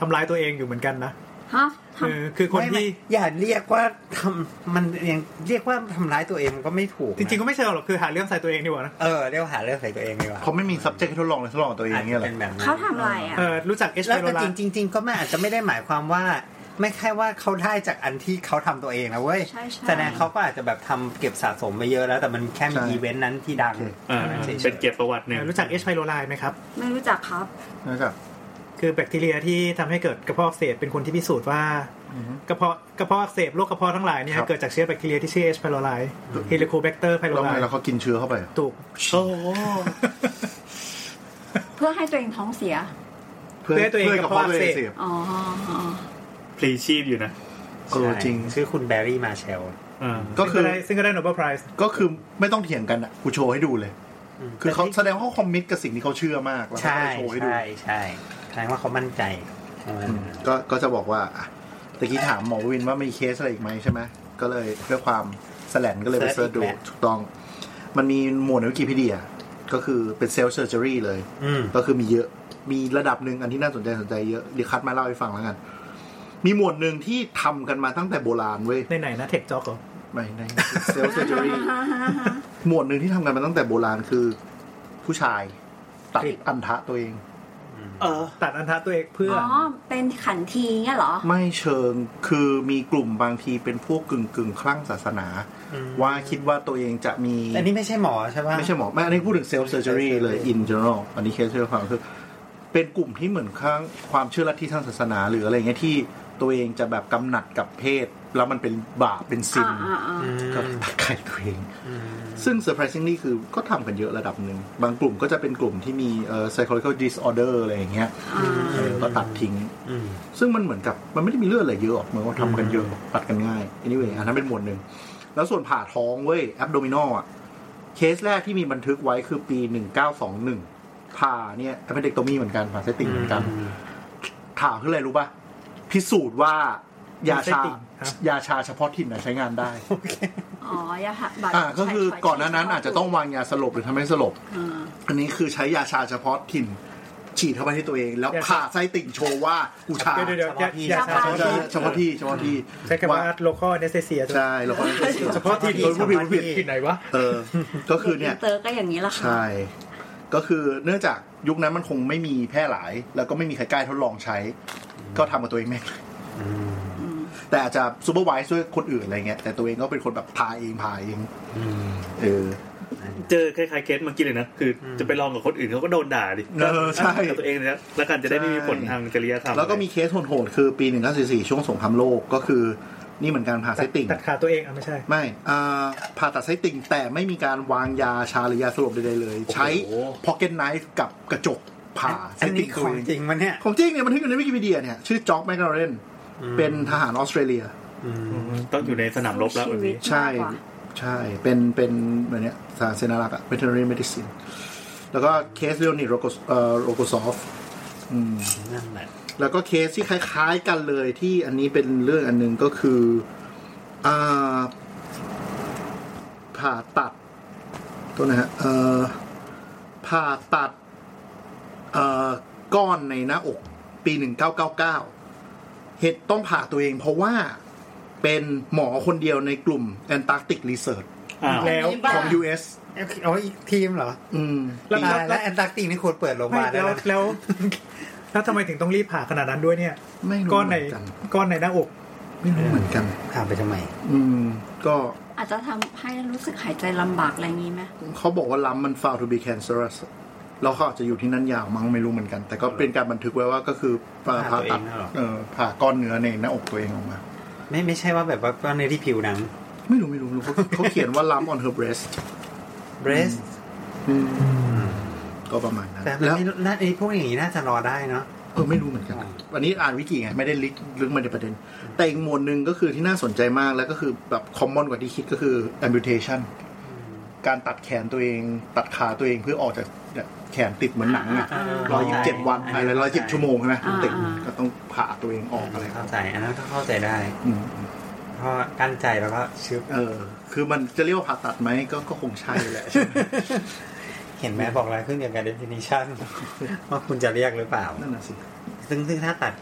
B: ทำร้ายตัวเองอยู่เหมือนกันนะ
E: ๆ ฮะท
B: เออคือคน
A: ไม่ไม่
B: ที่
A: อย่าเรียกว่าทำมันยังเรียกว่าทำร้ายตัวเองมันก็ไม่ถูก
B: จริงๆก็ไม่เชิงหรอกคือหาเรื่องใส่ตัวเองดีกว่านะ
A: เออเรียกว่าหาเรื่องใส่ตัวเองดีกว่า
C: เขาไม่มี subject ให้ทดลองเลยทดลองกับตัวเอง
A: อาจ
C: เงี้
A: จะ
C: ยเหร
A: เป็
C: อน
A: แบบ
E: ำ
A: นั้น
E: เขาทำอะไรอ่ะ
B: เออรู้จักเอช
A: แล้ว
B: เปโร
A: แต่
B: ลา
A: จริงๆจริง ๆ ก็ไม่อาจจะไม่ได้หมายความว่า ไม่ใช่ว่าเขาได้จากอันที่เขาทำตัวเองนะเว้ย
E: ใช่ใช่
A: แสดงเขาก็อาจจะแบบทำเก็บสะสมไปเยอะแล้ว แต่มันแค่มีอีเวนต์นั้นที่ดัง
D: อ่าเป็นเกียรติประวัติห
B: เอ
D: นึ่ง
B: อรู้จักเอชไพโรไลไหมครับ
E: ไม่รู้จักครับ
C: นะครับ
B: คือแบคทีเรียที่ทำให้เกิดกระเพาะอักเสบเป็นคนที่พิสูจน์ว่า
C: อือฮึ
B: กระเพาะกระเพาะอักเสบโรคกระเพาะทั้งหลายเนี่ย
C: ครับ
B: เกิดจากเชื้อแบคทีเรียที่ชื่อเอชไพโรไลเฮลิโคแบคเตอร์ไพโร
C: แล้ว
B: ไล
C: ไงแล้วเขากินเชื้อเข้าไป
B: ถูก
D: โอ้โห
E: เพื่อให้ตัวเองท้องเสีย
C: เพื่
B: เพื่อให้ตัวเอง
C: พื่
B: กระเพาะอักเสบ
C: เสพ
E: อ๋ออ๋อ
D: พลีชีพอยู่นะ
C: เออจริง
A: ชื่อคุณแบร์รี่มาเชล
D: อ่า
C: ก็คือ
B: ซึ่งได้ซึ่งก็ได้โนเบิลไพรส์
C: ก็คือไม่ต้องเถียงกันอ่ะกูโชว์ให้ดูเลย คือเขาแสดงว่าเขาคอมมิตกับสิ่งที่เขาเชื่อมากแล้วเขา
A: ใช่
C: ก็เลยโชว์ให้ดู
A: ใช่ใช่แสดงว่าเขามั่นใจ
C: อืมก็ก็จะบอกว่าอ่ะตะกี้ถามหมอวินว่ามีเคสอะไรอีกไหมใช่ไหมก็เลยด้วยความแสลนก็เลยไปเสิร์ชดูถูกต้อง มันมีหมวดในวิกิพีเดีย ก็คือเป็นเซลล์เซอร์เจอรี่เลย
A: อืม
C: ก็คือมีเยอะ มีระดับหนึ่งอันที่น่าสนใจสนใจเยอะเดี๋ยวคัดมาเล่าให้ฟังแล้วกัน มีหมวดหนึ่งที่ทำกันมาตั้งแต่โบราณเว้ย
B: ในไหนนะเทคจ็อกเหรอ
C: ไม่ในเซลล์เซอร์เจอรี่
E: อ๋อ
C: หมวดหนึ่งที่ทำกันมาตั้งแต่โบราณคือ ผู้ชายตัดอันทะตัวเอง
D: เออ
B: ตัดอันทะตัวเองเพื่ออ
E: อ๋อ เป็นขันทีเงี้ยเหรอ
C: ไม่เชิง คือมีกลุ่มบางทีเป็นพวกกึ่งกึ่งๆคลั่งศาสนา ว่าคิดว่าตัวเองจะมี
A: อันนี้ไม่ใช่หมอใช่ป่ะ
C: ไม่ใช่หมอ ไม่ อันนี้พูดถึงเซลล์เซอร์เจอรี่เลย in general อันนี้เคสที่เราฟังคือ เป็นกลุ่มที่เหมือนข้างความเชื่อลัทธิทางศาสนา หรืออะไรเงี้ยที่ตัวเองจะแบบกำหนัดกับเพศ แล้วมันเป็นบาปเป็นซิน
E: อ่าอ่าอ่า
C: ก็ตัดไข่ตัวเอง ซึ่ง surprisingly คือก็ทำกันเยอะระดับหนึ่ง บางกลุ่มก็จะเป็นกลุ่มที่มีเอ่อ psychological disorder อะไรอย่างเงี้ย
E: อ่า
C: เออก็ตัดทิ้ง ซึ่งมันเหมือนกับมันไม่ได้มีเลือดอะไรเยอะหรอกเหมือนว่าทำกันเยอะปัดกันง่าย anyway อันนั้นเป็นหมวดหนึ่ง แล้วส่วนผ่าท้องเว้ย abdominal อ่ะ เคสแรกที่มีบันทึกไว้คือปี 1921 ผ่าเนี่ย appendectomy เหมือนกัน ผ่าไส้ติ่งเหมือนกันผ่าคืออะไรรู้ป่ะ พิสูจน์ว่ายาชายาชาเฉพาะถิ่นนะใช้งานได้
E: อ๋อ ยาหักบัตร
C: อ่าก็คือก่อนหน้านั้นอาจจะต้องวางยาสลบหรือทำให้สลบ
E: อ่า
C: อันนี้คือใช้ยาชาเฉพาะถิ่น ฉีดเข้าไปที่ตัวเอง แล้วผ่าไส้ติ่งโชว์ว่ากูชา
B: เดี๋ยวเดี๋ยวเดี๋ยวอย่าอย่า
C: เฉ
B: ช้า
C: พาะที่เฉพาะที่เฉพาะที่
B: ใช้คำว่า local anesthesia
C: ใช่แล้วก็
B: เฉพาะที่
C: โดนผู้ผิดผู้ผิด
B: ที่ไหนวะ
C: เออ ก็คือเนี่ย
E: เตอร์ก็อย่างนี้ละค่ะ
C: ใช่ ก็คือเนื่องจากยุคนั้นมันคงไม่มีแพร่หลาย แล้วก็ไม่มีใครกล้าทดลองใช้ ก็ทำกับตัวเองแม่งเลยแต่อาจจะซูเปอร์ไวส์ด้วยคนอื่นอะไรเงี้ยแต่ตัวเองก็เป็นคนแบบพาเองพาเองเออ
D: เจอคล้ายๆเคสเมื่อกี้เลยนะ คืออจะไปลองกับคนอื่นเขาก็โดนด่าดิ
C: เออใช่
D: กับตัวเองเลยนะแล้วกันจะได้ไม่มีผลทางจริยธรรม
C: แล้วก็มีเคสโหดๆคือปี 1944 ช่วงสงครามโลกก็คือนี่เหมือนการผ่าไส้ติ่ง
B: ตัดขาตัวเองอ่ะไม่ใช่
C: ไม่อ่าผ่าตัดไส้ติ่งแต่ไม่มีการวางยาชาหรือยาสลบใดๆเลย ใช้ pocket knife กับกระจกผ่าไส้
A: อัน
C: ติ่
A: นี้
C: ง
A: ข
C: ตัว
A: อง
C: เอง
A: จริงมันเนี่ย
C: ของจริงเนี่ยมันทึกอยู่ในวิกิพีเดียเนี่ย ชื่อจ็อกแมคการเรนเป็นทหารออสเตรเลีย
D: อืมต้องอยู่ในสนามรบแล้วแบบนี้
C: ใช่
E: มากกว่า
C: ใช่เป็นเป็นแบบเนี้ยสารเสนารักษ์อะ veterinary medicine แล้วก็เคสเรียนิโรโกโรโกซอฟอืม
A: นั่นแหละ
C: แล้วก็เคสที่คล้าย ๆ กันเลยที่อันนี้เป็นเรื่องอันหนึงก็คืออ่าผ่าตัดตัวนะฮะเอ่อผ่าตัดเอ่อก้อนในหน้าอก ปีหนึ่งเก้าเก้าเก้าเหตุต้องผ่าตัวเองเพราะว่าเป็นหมอคนเดียวในกลุ่ม Antarctic Research
D: อ้าว
B: แล้ว
E: บ้า
C: ของ US
A: เอาอีกทีมเหรอ
C: อืม
B: แล้ว
A: ตายแล้วแอนตาร์กติกนี่ควรเปิดโรงพยา
B: ไม่
A: บาลแล้
B: แล้วว
A: นะ
B: แล้ว แล้วทำไมถึงต้องรีบผ่าขนาดนั้นด้วยเนี่ย
C: ไม่รู้
B: ก้อนใน
C: เหมือนกัน
B: ก้อนในหน้าอก
C: ไม่รู้เหมือนกัน
A: ถามไปทำไม
C: อืม ก็
E: อาจจะทำให้รู้สึกหายใจลำบากอะไรอย่างนี้ไหม
C: เขาบอกว่าล้ำมัน found to be cancerous แล้วเขาอาจจะอยู่ที่นั่นยาวมั้งไม่รู้เหมือนกัน แต่ก็เป็นการบันทึกไว้ว่าก็คือผ่า
A: ผ่า
C: ผ่า
A: ตัวเอ
C: ตัด
A: งน่ะเหรอ
C: เออผ่าก้อนเนื้อในหน้าอกตัวเองออกมา
A: ไม่ไม่ใช่ว่าแบบว่าว่าในที่ผิวหนัง
C: ไม่รู้ไม่รู้ไม่รู้เขาเขาเขียนว่าล้ำ on her breast
A: breast
C: อืมก็ประมาณนั้น
A: แต่มัน
C: แล้ว
A: ไม่น่าไอ้พวกอย่างนี้น่าจะรอได้เนาะ
C: เออไม่รู้เหมือนกัน
A: อ่า
C: วันนี้อ่านวิกิไงไม่ได้ลึกลึกมาในประเด็น แต่อีกหมวดหนึ่งก็คือที่น่าสนใจมากแล้วก็คือแบบ common กว่าที่คิดก็คือ amputation การตัดแขนตัวเอง ตัดขาตัวเองเพื่อออกจากเนี่ยแขนติดเหมือนหนังอะ
E: า
C: ร้อยยี่สิบเจ็ดวัน
A: อันนี้
C: อะไรร้อยสิบ
A: เข้าใจ
C: ชั่วโมงใช่ไหม
E: อ่า
C: เด็กก็ต้องผ่าตัวเองออกอะไรครับ
A: เข้าใจอันนั้นก็เข้าใจได้
C: อืม
A: เพราะกั้นใจแล้วก็ชึบ
C: เออ คือมันจะเรียกว่าผ่าตัดไหมก็ก็คงใช่แหละใช่ไหม
A: เห็นไหมบอกอะไรขึ้นกับการ definition ว่าคุณจะเรียกหรือเปล่า
C: นั่นน่ะสิ
A: ซึ่งซึ่งถ้าตัด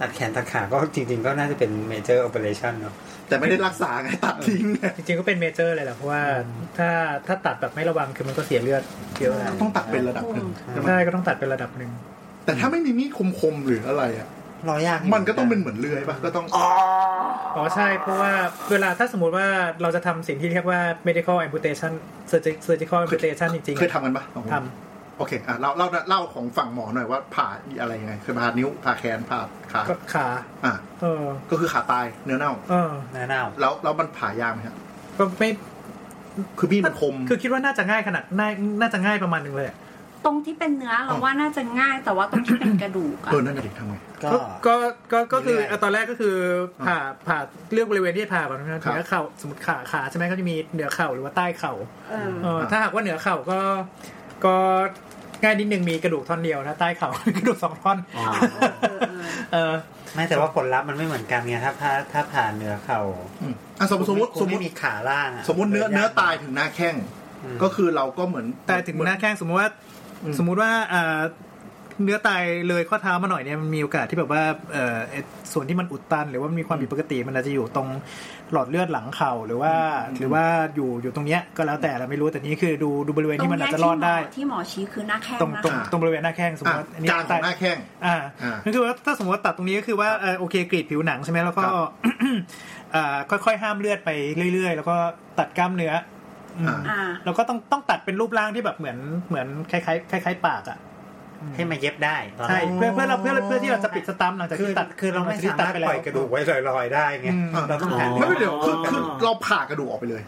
A: ตัดแขนตัดขาก็จริง ๆ ก็น่าจะเป็น major operation เนาะ
C: แต่ไม่ได้รักษา ไงตัดทิ้งไง
B: จริงๆก็เป็นเมเจอร์เลยแหละเพราะว่าถ้าถ้าตัดแบบไม่ระวังคือมันก็เสียเลือดเยอะนะ
C: ต้องตัดเป็นระดับหนึ่งใช่ไหม
B: ใช่ก็ต้องตัดเป็นระดับหนึ่ง
C: แต่ถ้าไม่มีมีดคมๆหรืออะไรอ่ะ
A: รอยาก
C: มันก็ต้องเป็นเหมือนเลื่อยป่ะก็ต้อง
B: อ๋อใช่เพราะว่าเวลาถ้าสมมติว่าเราจะทำสิ่งที่เรียกว่า medical amputation surgi- surgical amputation จริง
C: เคยทำกันป่ะของคุณ
B: ๆทำ
C: โอเคอ่ะเล่าเล่าเล่าของฝั่งหมอหน่อยว่าผ่าอะไรยังไงเคยผ่านิ้วผ่าแขนผ่าขา
B: ก็ขา
C: อ่ะ
B: เออ
C: ก็คือขาตายเนื้อเน่า
B: เออ
A: เนื้อเน่า
C: แล้วแล้วมันผ่ายากไหมครับ
B: ก็ไม่
C: คือมีดมันคม
B: คือคิดว่าน่าจะง่ายขนาดน่าน่าจะง่ายประมาณหนึงเลยอะ
E: ตรงที่เป็นเนื้อเรา
C: อ๋อ
E: ว่าน่าจะง่ายแต่ว่าตรงที่เป็นกระดูกอะ
C: เออนั่นน่ะเด็กทำไง
A: ก็
B: ก็ก็ก็ก็คือ
A: ไม่ง่าย
B: เอาตอนแรกก็คือผ่าผ่าเลือกบริเวณที่ผ่าก่อนนะ
C: ครั
B: เหนือบ เข่าสมมติขาขาใช่ไหมก็จะมีเหนือเข่าหรือว่าใต้เข่า
E: เออ
B: เออถ้าหากว่าเหนือเข่าก็ก็ง่ายนิดนึงมีกระดูกท่อนเดียวนะใต้เข่า กระดูกสองท่อน
A: อ๋อ
E: เออเออ
B: เออ
A: ไม่แต่ว่าผลลัพธ์มันไม่เหมือนกันไงถ้าถ้าถ้าผ่านเนื้อเข่า
C: อืมอ่ะสมมติสมมติ
A: คุณ
C: สมม
A: ไคุณ
C: ติ
A: ไมีขาล่างะ
C: สมมติเนื้อเนื้อ
A: ดิาก
C: ตายถึงหน้าแข้ง
A: อืม
C: ก็คือเราก็เหมือน
B: แต่ถึงหน้าแข้งสมมติว่าสมมุติว่าเอ่อเนื้อตายเลยข้อเท้ามาหน่อยเนี่ยมันมีโอกาสที่แบบว่าเอ่อไอ้ส่วนที่มันอุดตัน หรือว่ามันมีความผิดปกติมันอาจจะอยู่ตรงหลอดเลือดหลังเข่าหรือว่า หรือว่าอยู่อยู่ตรงเนี้ยก็แล้วแต่เราไม่รู้แต่นี่คือดูดูบริเวณที่มันอาจจะรอดได้
E: ที่หมอชี้คือหน้าแข้ง
B: ตรง
E: นะ
B: ตรง
E: คะ
B: ตรงบริเวณหน้าแข้งสมม
C: อ่ะ
B: ติว่าอันนี้
C: กลางข
B: ตา
C: อย งหน้าแข้ง
B: อ่า
C: อ่านั่
B: นั่นคือว่าถ้าสมมติว่าตัดตรงนี้ก็คือว่าเอ่อโอเคกรีดผิวหนังใช่ไหมแล้วก็
C: ครับ
B: เอ่อค่อยๆห้ามเลือดไปเรื่อย ๆ แล้วก็ตัดกล้ามเนื้ออืม
C: อ่า
E: อ่า
B: แล้วก็ต้องต้องตัดเป็นรูปร่างที่แบบเหมือนเหมือนคล้ายๆคล้ายๆปากอ่ะ
A: ให้มาเย็บได้ตอน
B: ใช่
A: แรก
B: เพื่อเพื่อเราเพื่อเพื่อที่เราจะปิดสตัมป์หลังจาก
A: คือ
B: ที่ตัด
A: คือเราไม่
B: หงจที่
A: สามารถ
B: ตัด
A: ปล่อยกระดูกไว้ลอยๆได้ไง
B: อืม
A: เราต้องหา
D: อ๋อ
A: เนื้อ
C: ไม่เป็นเดี๋ยวคือ
D: อ๋อ
C: คือเราผ่ากระดูกออกไปเลย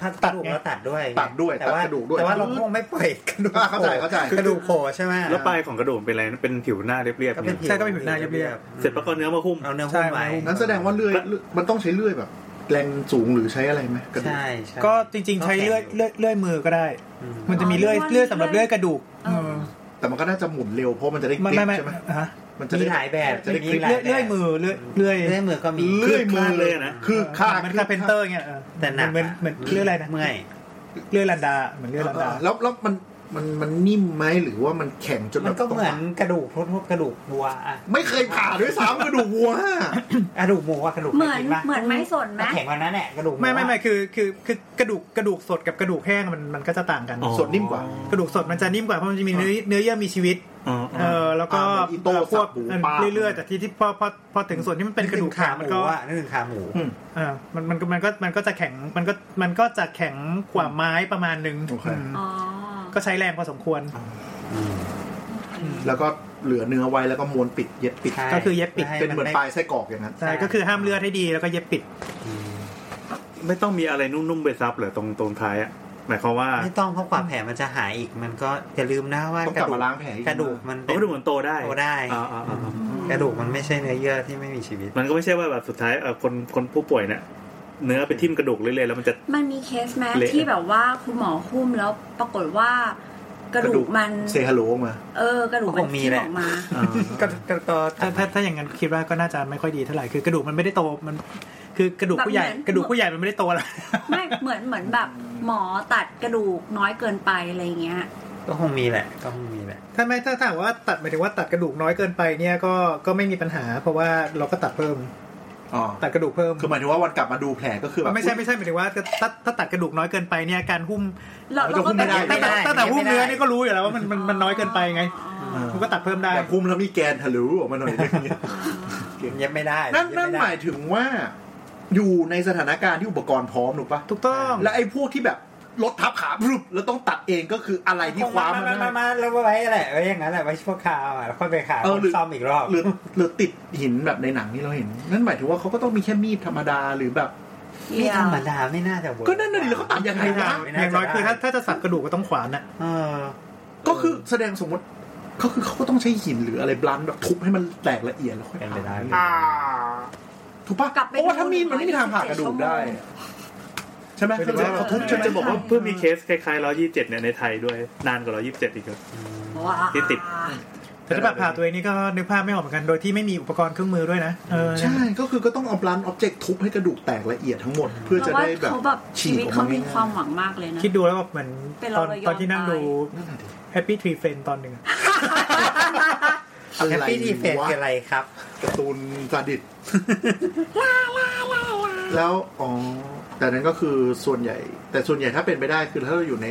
A: ถ้า
B: ตั
A: ตัด
B: ด
A: ก
B: ไง
A: เราตัดด้วยไง
C: ตัดด้วย
A: แต่ว่า
C: ตัดกระดูกด้วย
A: แต่ว่าเราคงไม่ปล่อย กระดูก
C: อ่ะเข้าใจเข้าใจ
A: กระดูกโผล่ใช่ไหม
D: แล้วปลายของกระดูกเป็นอะไรนะเป็นผิวหน้าเรียบๆ
A: ก็
D: เนี่
A: เป็น
D: ย
A: ผิว
B: ใช่ก็เป็นผิวหน้าเรียบ
D: เสร็จแล้วก็เนื้อมาหุ้ม
A: เอาเนื้อ
B: ใช่
A: หุ้มไว้
B: เอาเนื้อหุ้ม
C: นั้นแสดงว่าเลื่อยเลื่อยมันต้องใช้เลื่อยแบบ แรงสูงหรือใช้อะไรไหมกระดูก
A: ใช่ใช่
B: ก็จริง ๆ ใช้เลื่อยเลื่อยเลื่อยมือก็ได้
A: อืม
B: มันจะมีเลื่อย
E: อ๋อเลื่
B: เลื่อ
E: อย ย
B: สำหรับเลื่อยกระดูก
E: เออ
C: แต่มันก็น่าจะหมุนเร็วเพราะมันจะได้
B: ไม่
C: เล็
B: ไม่ไม่
C: กใช่ไหม
B: ฮะ
C: มันจะได้
A: มีหลายแบบ
C: จะได้
A: มี
C: คลิก
A: หา
B: เลื่อยเลื่อยมือเลื่อยเลื่อย
A: เลื่อยมือก็มี
C: เลื่อยมือเลย
D: คลาดเลยนะ
C: คือค่า
B: เหมือนคาเพนเตอร์เงี้ยเออ
A: แต่หนัก
B: เหมือนเหมือนเหมือนเลื่อยอะไรนะ
A: เมื่อย
B: เลื่อยลันดาเหมือนเลื่อยลันดา
C: แล้วแล้วมันมันมันนิ่มไหมหรือว่ามันแข็งจน
A: มั
C: แบ
A: น
C: บ
A: ก็
C: ต้ง
A: เหมือนกระดูกทั่วๆกระดูกวัวอะ
C: ไม่เคยผ่าด้วยซ้ำกระดูกวัวห้าก
A: ระดูกหมูอะกระดูก
E: เหมือน
A: ไกิปะ
E: เหมือนไม้สนไหม
A: แข็งกว่านั้นแหละกระดูกห
B: ไม่ไม่ไม่
A: อะ
B: คือคือคือกระดูกกระดูกสดกับกระดูกแห้งมันมันก็จะต่างกัน
D: อ๋อ
C: ส่วนนิ่มกว่า
B: กระดูกสดมันจะนิ่มกว่าเพราะมันจะมีเนื้อเนื้อเยื่อมีชีวิต
D: อ๋อ
B: เออแล้วก็
C: อ่าเหมือนอีโต้
B: เอ่อควบ
C: สับหมูปลา
B: เรื่อยๆแต่ที่ที่พอพอพอถึงส่วนที่มันเป็นกระดูกขามันก็
A: อะนึกถึงขาหมู
C: อืม
B: เออมันมันมันก็มันก็จะแข็งมันก็มันก็จะแข็งกว่าไม้ประมาณนึง
C: โอเค
B: อืม
E: อ๋อ
B: ก็ใช้แรงพอสมควร
C: แล้วก็เหลือเนื้อไว้แล้วก็ม้วนปิดเย็บปิด
A: ใช่
B: ก็คือเย็บปิด
C: เป็นเหมือนปลาย
A: ไไ
C: ไส้กรอกอย่างนั้น
B: ใช่ก็คือห้ามเลือดให้ดีแล้วก็เย็บปิด
D: ไม่ต้องมีอะไรนุ่มๆไปซับเหรอตรงตรงท้ายอะหมายความว่า
A: ไม่ต้องเพราะกว่าแผลมันจะหายอีก มันก็อย่าลืมนะว่า
C: ต้อง
A: ก
C: กลั
A: ระ
C: บ
A: ดู
C: มากล้างแผลอีก
A: กระดูกมัน
D: เขาก็ดูเหมือนโตได้
A: โตได้
D: อ่าอ่าอ่าอ่า
A: กระดูกมันไม่ใช่เนื้อเยื่อที่ไม่มีชีวิต
D: มันก็ไม่ใช่ว่าแบบสุดท้ายเอ่อคนคนผู้ป่วยเนี่ยเนื้อไปทิ่มกระดูกเรื่อยๆแล้วมันจะ
E: มันมีเคสแม้
D: เละ
E: ที่แบบว่าคุณหมอหุ้มแล้วปรากฏว่ากระดูกมัน
C: เซฮัลโหลมา
E: เออกระดูก
A: ก็
E: มั
A: คน งมี
E: ที่
A: แห
E: อ
A: ละ
E: อกมา
A: ก็ก็ก็
B: ถ้าถ้าถ้าอย่างนั้นคิดว่าก็น่าจะไม่ค่อยดีเท่าไหร่คือกระดูกมันไม่ได้โตมัน คือกระดูกผู้ใหญ่
E: แบบเหมือน
B: กระดูกผู้ใหญ่มันไม่ได้โตแล้ว
E: ไม่เหมือนเหมือนแบบหมอตัดกระดูกน้อยเกินไปอะไรเงี้ย
A: ก็คงมีแหละ ก็คงมีแหละ
B: ถ้าไม่ถ้าถามว่าตัดหมายถึงว่าตัดกระดูกน้อยเกินไปเนี่ยก็ก็ไม่มีปัญหา เพราะว่าเราก็ตัดเพิ่ม
C: อ๋อ
B: ตัดกระดูกเพิ่ม
C: คือหมายถึงว่าวันกลับมาดูแผลก็คือแบบ
B: ไม่ใช่ไม่ใช่หมายถึงว่าถ้าถ้าถ้าตัดกระดูกน้อยเกินไปเนี่ยการหุ้ม
E: เรา
C: เราจะ
E: เราก็
C: หุ้มไม่
E: เป็
C: ได้
B: ตั้งแต่
A: ไม่ได้ไม่ได้
B: ตั้งแต่หุ้มเนื้อนี่ก็รู้อยู่แล้วว่ามันมันมันน้อยเกินไปไง
E: อ๋อ
C: เออ
B: มันก็ตัดเพิ่มได้
C: แต่คุมแล้วมีแกนทะลุออกมาหน่อยนึงเนี่ย
A: เย็บไม่ได้
C: นั่นนั่น
A: เย็บ
C: ห
A: ไได้
C: มายถึงว่า อยู่ในสถานการณ์ที่อุปกรณ์พร้อมถูกปะ
B: ถูกต้อง
C: และไอ้พวกที่แบบรถทับขาพรึบแล้วต้องตัดเองก็คืออะไรที่คว้า
A: มา
C: มัน
A: มามา
C: ได้
A: มาแล้วไว้แหละไว้อย่างนั้นแหละไว้ชั่วคราวอ่ะแล้วค่อยไปหา
C: เออ
A: คน
C: หรือ
A: ซ่อมอีกรอบ
C: หรือหรือติดหินแบบในหนังนี่เราเห็น นั่นหมายถึงว่าเขาก็ต้องมีแค่มีดธรรมดาหรือแบบ
A: ไม่ธรรมดาไม่น่าจะเวิร์
C: ก็นั่นน่ะดิแล้วเขาตัดยังไงวะ
A: ม่
B: อย่างน้อย
A: จะได้
B: คือถ้าถ้าจะสับกระดูกก็ต้องขวานน่ะ
A: เออ
C: ก็คือแสดงสมมติเขาคือเขาก็ต้องใช้หินหรืออะไรบลันแบบทุบให้มันแตกละเอียดแล้วค่อย
A: เป็นไปได้
C: ผ่าถูกปะ
E: กลับไป
C: เพราะว่าถ้ามีดมันไม่มีทางผ่ากระดูกได้
E: ชั่วโมง
C: ใช่ไหม
D: คือว่า
C: เขา
D: เขา
C: ทุ
D: ทุ
C: บบ ใช่
D: ฉั
C: ไห
D: น
C: ม
D: จะบอกว่าเพิ่งมีเคสคล้ายๆร้อยยี่เจ็ดเนี่ยในไทยด้วยนานกว่าร้อยยี่สิบเจ็ดอีกครับ
E: ว้า
D: ที่ติด
B: แต่ถ้าแบบผ่าตัวเองนี่ก็นึกภาพไม่ออกเหมือนกัน โดยที่ไม่มีอุปกรณ์เครื่องมือด้วยนะ เออ
C: ใช่ก็คือก็ต้องเอาบลันออบเจกต์ทุบให้กระดูกแตกละเอียดทั้งหมด เพื่อ
E: เพ
C: จะ
E: ราะว่า
C: ได้แบบ
E: เขาแบบชี
C: ฉีก
E: วิต
C: ออก
E: เขา
C: มา
E: มี
C: ง่าย
E: ความหวังมากเลยนะ
B: คิดดูแล้วแบบเหมือน
E: เป็น
B: ต
E: เรา
B: อน
E: เรายอม
B: ตอนที่นั่งดู
E: ต
C: นั่นน่ะดิ
B: Happy Tree Friend ตอนหนึ่งอะ
C: อะไร
A: แฮปปี้ดีเฟน
C: วะ
A: คืออะไรครับ
C: การ์ตูนซา ดิสแล้วอ๋อแต่นั้นก็คือส่วนใหญ่ แต่ส่วนใหญ่ถ้าเป็นไปได้คือถ้าเราอยู่ใน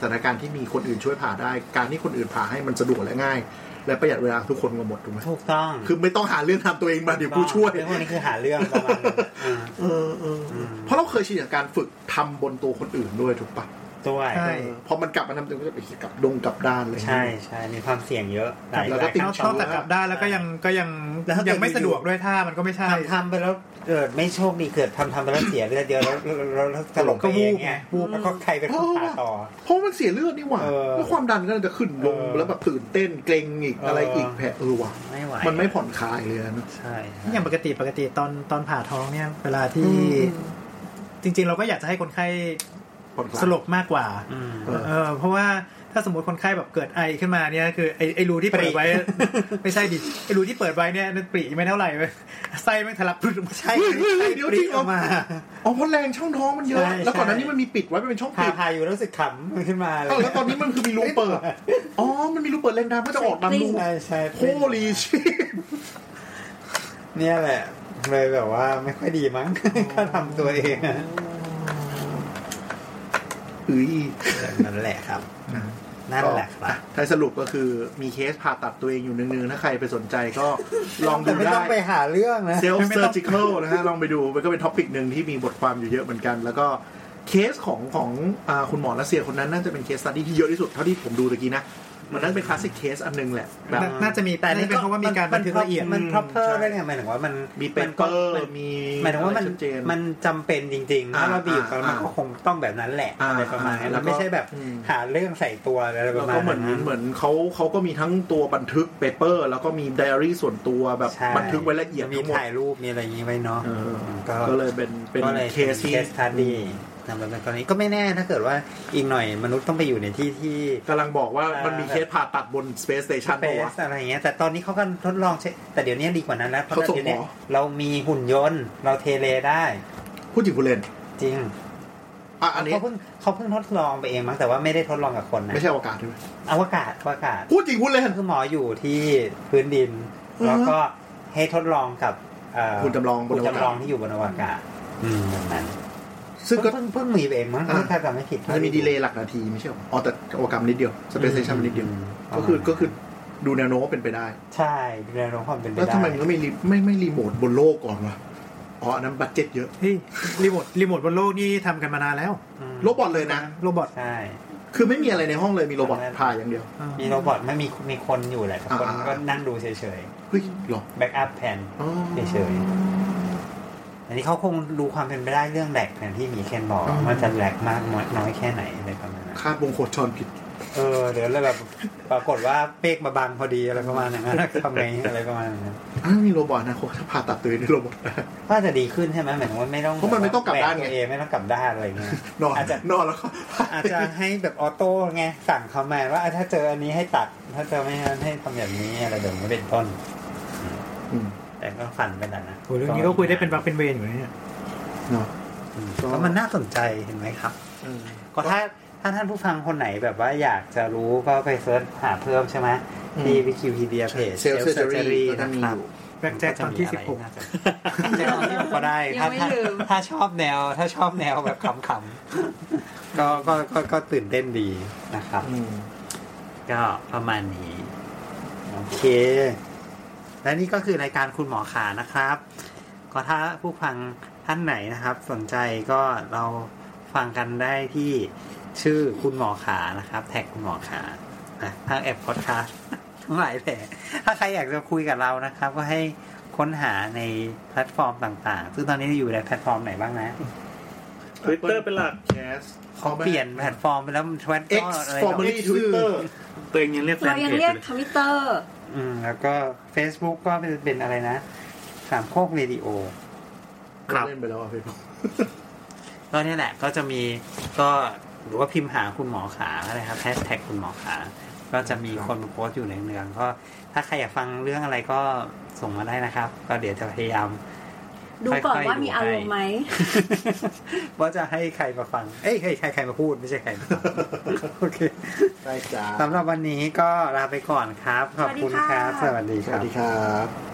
C: สถานการณ์ที่มีคนอื่นช่วยผ่าได้ การที่คนอื่นผ่าให้มันสะดวกและง่าย และประหยัดเวลาทุกคนก็หมดถูกไหม
A: ถูกต้อง
C: คือไม่ต้องหาเรื่องทำตัวเองมาเดี๋ยวกูช่วย
A: เรื่องพวกนี้คือหาเรื่องประมาณนึงอ่า
C: เออเออ
A: อืม
C: เพราะเราเคยชินกับการฝึกทำบนตัวคนอื่นด้วยถูกปะ
A: ด้วย
B: ใช่
C: เออพอมันกลับมาทำตัวเองก็จะไปกลับดงกลับด้านเลย
A: ใช่ใช่มีความเสี่ยงเยอะหลาย
C: แล้ว
A: ห
C: ก็
A: ลาย
C: ติด
B: เอา
A: ขั้นต
B: ชอ
A: อบ น
B: แต่กลับได้านแล้วก็ยังก็ยัง
A: แล้วถ้าเกิด
B: ยังไม่สะดวกด้วยท่ามันก็ไม่ใช่
A: ทำทำไปแล้วเกิดไม่โชคดีเกิดทำทำไปแล้วเสียเลือดเยอะแล้วแล้วแล้วแล้วตลกไปเองเงี้ย
B: ก็วูบ
A: แล้วก็ใครเป็นคนผ่าต่อ
C: เพราะมันเสียเลือดนี่หว่า
A: เออ
C: แล้วความดันก็จะขึ้นลง
A: เออ
C: แล้วแบบตื่นเต้นเกรงอีก
A: เอออ
C: อะไรอีกแผลเออว่ะ
A: ไม่ไหว
C: มันไม่ผ่อนคลายเลยนะ
A: ใช่ใช่
B: อย่างปกติปกติตอนตอนผ่าท้องเนี่ยเวลาที่
C: อื
B: จริง ๆ เราก็อยากจะให้คนไข้
C: ผ่อนคลาย
B: สลบมากกว่า
A: อืม
C: เออ
B: เออเพราะว่าถ้าสมมติคนไข้แบบเกิดไอขึ้นมาเนี่ยคือไอไอรูที่เปิดไว้ ไม่ใช่ดิไอรูที่เปิดไว้เนี่ยนั่นปรีไม่เท่าไหร่เว้ยไส้ไม่งทะลักพรุดออกมาใช่
C: เฮ้ยเฮ้ยเฮ้ยเดี๋ยวจริงเห
A: อ
C: รอ
A: อกมา
C: อ๋อเพราะแรงช่องท้องมันเยอะ
A: ใช่
C: แล้วก่อนหนั้า
A: ใช่
C: นี้มันมีปิดไว้เป็นช่อง
A: ผ่า
C: ปิด
A: ผ่าอยู่แล้วรู้สึกขำมันขึ้นมาเลย
C: เอ้าแล้วตอนนี้มันคือมีรูเปิดอ๋อมันมีรูเปิดเล่นน้ำก็จะออกน้ำรู
A: ใช่ใช่
C: โคลีชี
A: เนี่ยแหละ เลยแบบว่าไม่ค่อยดีมั้ง ก็ทำตัวเองอะ
C: เอ้ย
A: นั่นแหละครับ นั่นแหละครับ
C: ถ้าสรุปก็คือมีเคสผ่าตัดตัวเองอยู่นึงๆถ้าใครไปสนใจก็ลอง
A: แต่
C: ดู
A: ไม่ต้
C: ได้
A: องไปหาเรื่องนะ
C: เซลฟ์เซอร์จิเคิลนะฮะ ลองไปดู มันก็เป็นท็อปิกหนึ่งที่มีบทความอยู่เยอะเหมือนกัน แล้วก็เคสของของอาคุณหมอรัสเซียคนนั้นน่าจะเป็นเคสสตัดดี้ที่เยอะที่สุดเท่าที่ผมดูตะกี้นะ มันนั่นเป็นคลาสสิกเคสอันหนึงแหละแบบ
B: น่าน่าจะมีแต่นี่เป็นเพราะว่ามีการบันทึกละเอียด
A: มัน proper
C: ใช่
A: ด้วยไงหมายถึงว่ามัน
C: มีเป
A: มัน
C: เป
A: ก็
C: อร์
A: มัน
C: มี
A: หมายถึงว่ามัน
C: อะไรชัดเจน
A: มันจำเป็นจริงๆ
C: อ่า
A: ถ้าเราบีบกัน
C: อ่า
A: มันก็คงต้องแบบนั้นแหละ
C: อ่า
A: อะไรประมาณนี้
C: อ่าแล้
A: แล้ว ว
C: ก็
A: ไม่ใช่แบบ
C: อืม
A: หาเรื่องใส่ตัวอะไรป
C: แล้
A: ระ
C: ว
A: มาณ
C: ก็เหมือน
A: นั้น
C: เหมือนเขาเขาก็มีทั้งตัวบันทึกเปเปอร์ แล้วก็มีไดอารี่ส่วนตัวแบบ
A: ใช่
C: บันทึกไว้ละเอียด
A: มี
C: ทั้งหมด
A: ถ่ายรูปมีอะไรอย่างนี้ไว้เนาะ
C: เออ
A: ก็
C: ก็เลยเป็นเป็น
A: ก็เลย
C: เคสที่
A: เคสทัดดีนำมาเป็นกรณีก็ไม่แน่ถ้าเกิดว่าอีกหน่อยมนุษย์ต้องไปอยู่ในที่ที่
C: กำลังบอกว่ามันมี
A: อ่า
C: เคสผ่าตัดบน Space Station
A: เป
C: ปะวะ
A: สอะไรอย่างเงี้ยแต่ตอนนี้เขาก็ทดลองใช้แต่เดี๋ยวนี้ดีกว่านั้นแล้วเพราะ
C: เขาส่ง
A: เดี๋ยวนี้
C: หมอ
A: เรามีหุ่นยนต์ เราเทเลได้
C: พูดจริงผู้เล่น
A: จริง
C: อ่ะอันนี้
A: เขาเพิ่งเขาเพิ่งทดลองไปเองมั้งแต่ว่าไม่ได้ทดลองกับคนนะ
C: ไม่ใช่อวกาศใช่ไหม
A: อวกาศอวกาศ
C: พูดจริงผู้เล่น
A: คือหมออยู่ที่พื้นดิน
C: อือฮะ
A: แล้วก็ให้ทดลองกับเอ่
C: หุ่นจำลองบน
A: หุ่น
C: อวกาศ
A: จำลองที่อยู่บนอวกาศอืมแบบนั้น
C: ซึ่งก็
A: เพิ่งเพิ่งมีไปเองมั้ง
C: อ่า
A: ถ้าจำไม่ผิด
C: มันจะมีดีเลย์หลักนาทีไม่ใช่หรอ อ๋อ แต่โอกรรมนิดเดียว สเปซเซชันนิดเดียว ก็คือก็คือดูแนวโน้มว่าเป็นไปได้
A: ใช่ดูแลน้องความเป็นไป
C: แล้ว
A: ได้
C: ทำไมมันก็ไม่รีไม่ไม่รีโมทบนโลกก่อนวะ อ๋อ อันนั้นบัตเจ็ตเยอะ
B: เฮ้ยรีโมทรีโมทบนโลกนี่ทำกันมานานแล้ว
A: อืม
C: โรบอทเลยนะ
B: โรบอท
A: ใช่
C: คือไม่มีอะไรในห้องเลยมีโรบอทพายอย่างเดียว
B: เออ
A: มีโรบอทไม่มีมีคนอยู่แหละแต่คน
C: อ่าอ่า
A: ก็นั่งดูเฉย
C: เฮ้ยหรอ
A: ๆแบ็กอัพแผน
C: อ๋อ
A: เฉย อันนี้เขาคงดูความเป็นไปได้เรื่องแหลกแผนที่มีเคนบอกว่าจะแหลกมากน้อยน้อยแค่ไหนอะไรประมาณนั้น
C: คาดวงโคจรผิด
A: เออเดี๋ยวเลยแบบปรากฏว่าเป๊กมาบังพอดีอะไรประมาณอย่างนั้น ทำไงอะไรประมาณอย่างนั้น
C: อ้าวมีโรบอทนะโคถ้าผ่าตัดตัวเองด้วยโรบอท
A: ก็จะดีขึ้นใช่ไหมหมายถึงว่าไม่ต้อง
C: เพราะมันไม่ต้องกลับด้านไง
A: แตัวเองไม่ต้องกลับด้านอะไรเงี้ย
C: นอน
A: อาจจะ
C: นอนแล้วก็
A: อาจจะให้แบบออโต้ไงสั่งเขามาว่าอ่ะถ้าเจออันนี้ให้ตัด ถ้าเจอไม่งั้นให้ทำแบบนี้อะไรแบบนี้เป็นต้น
C: อืม
A: แต่ก็ฝันไปแล้วนะ
B: โหเรื่องนี้ก็คุยได้เป็นบักเป็นเวรอยู่นะเนี่ย
C: เนาะ
A: อืมก็มันน่าสนใจเห็นไหมครับ
C: เออ
A: ก็ถ้าถ้าท่านผู้ฟังคนไหนแบบว่าอยากจะรู้ก็ไปเสิร์ชหาเพิ่มใช่ไหมที่วิกิพีเดียเพจ
C: เซลล์เซอร์เจอรี่ก็มีอยู่
B: แบ็คแจ็คตอนที่ 16
A: แจ็คตอนที่16ก็ได้
E: ยั
A: ถ้าง
E: ไม่
A: ถ้า
E: ลืม
A: ถ้าชอบแนว ถ้าชอบแนวแบบขำๆก็ก็ก็ก็ตื่นเต้นดีนะครับ
C: อืม
A: ก็ประมาณนี้ โอเค และนี่ก็คือรายการคุณหมอขานะครับ ก็ถ้าผู้ฟัง ท่านไหนนะครับ สนใจก็เราฟังกันได้ที่ชื่อคุณหมอขานะครับ แท็กคุณหมอขานะทางแอปพอดคาสต์ ทั้งหลายแหล่ถ้าใครอยากจะคุยกับเรานะครับ ก็ให้ค้นหาในแพลตฟอร์มต่าง ๆ ซึ่งตอนนี้อยู่ในแพลตฟอร์มไหนบ้างนะ
D: ทวิตเตอร์เป็นหลัก
C: แคส
A: เขาเปลี่ยนแพลตฟอร์มไปแล้วทวิตเตอ
C: X
A: ร์อะไร
C: formerly Twitter
D: ตัวเองยังเรียกแฟ
E: เรา
D: น
E: ยัง
D: เพจอ
E: เรีย
D: ยู่
E: ก
D: เลย
E: ทวิตเตอร์
A: อืมแล้วก็ Facebook ก็เป็นเป็นอะไรนะ สามโคกเรดิโอ
D: ครับ
C: เล่นไปแล้วอ่ะเฟซบุ๊ก
A: ก็เนี่ยแหละก็จะมีก็หรือว่าพิมพ์หาคุณหมอขาอะไรครับแฮชแท็กคุณหมอขา ก็จะมีคนมาโพสต์อยู่ในเนืองๆก็ถ้าใครอยากฟังเรื่องอะไรก็ส่งมาได้นะครับ ก็เดี๋ยวจะพยายาม
E: ดูก่อน
A: ค่อยๆ
E: ว่ามี
A: ดู
E: อารมณ์
A: ให้
E: ไหม
A: ว่าจะให้ใครมาฟัง เอ้ยใครใครใครมาพูดไม่ใช่ใครมาฟัง โอเค
C: ได้จ้า
A: สำหรับวันนี้ก็ลาไปก่อนครับ ขอบคุณครับ
E: ส
A: ส
E: วั
A: วัส
E: สดี
A: ดี
E: ค่ะ
A: ครับ
C: สวัสดีครับ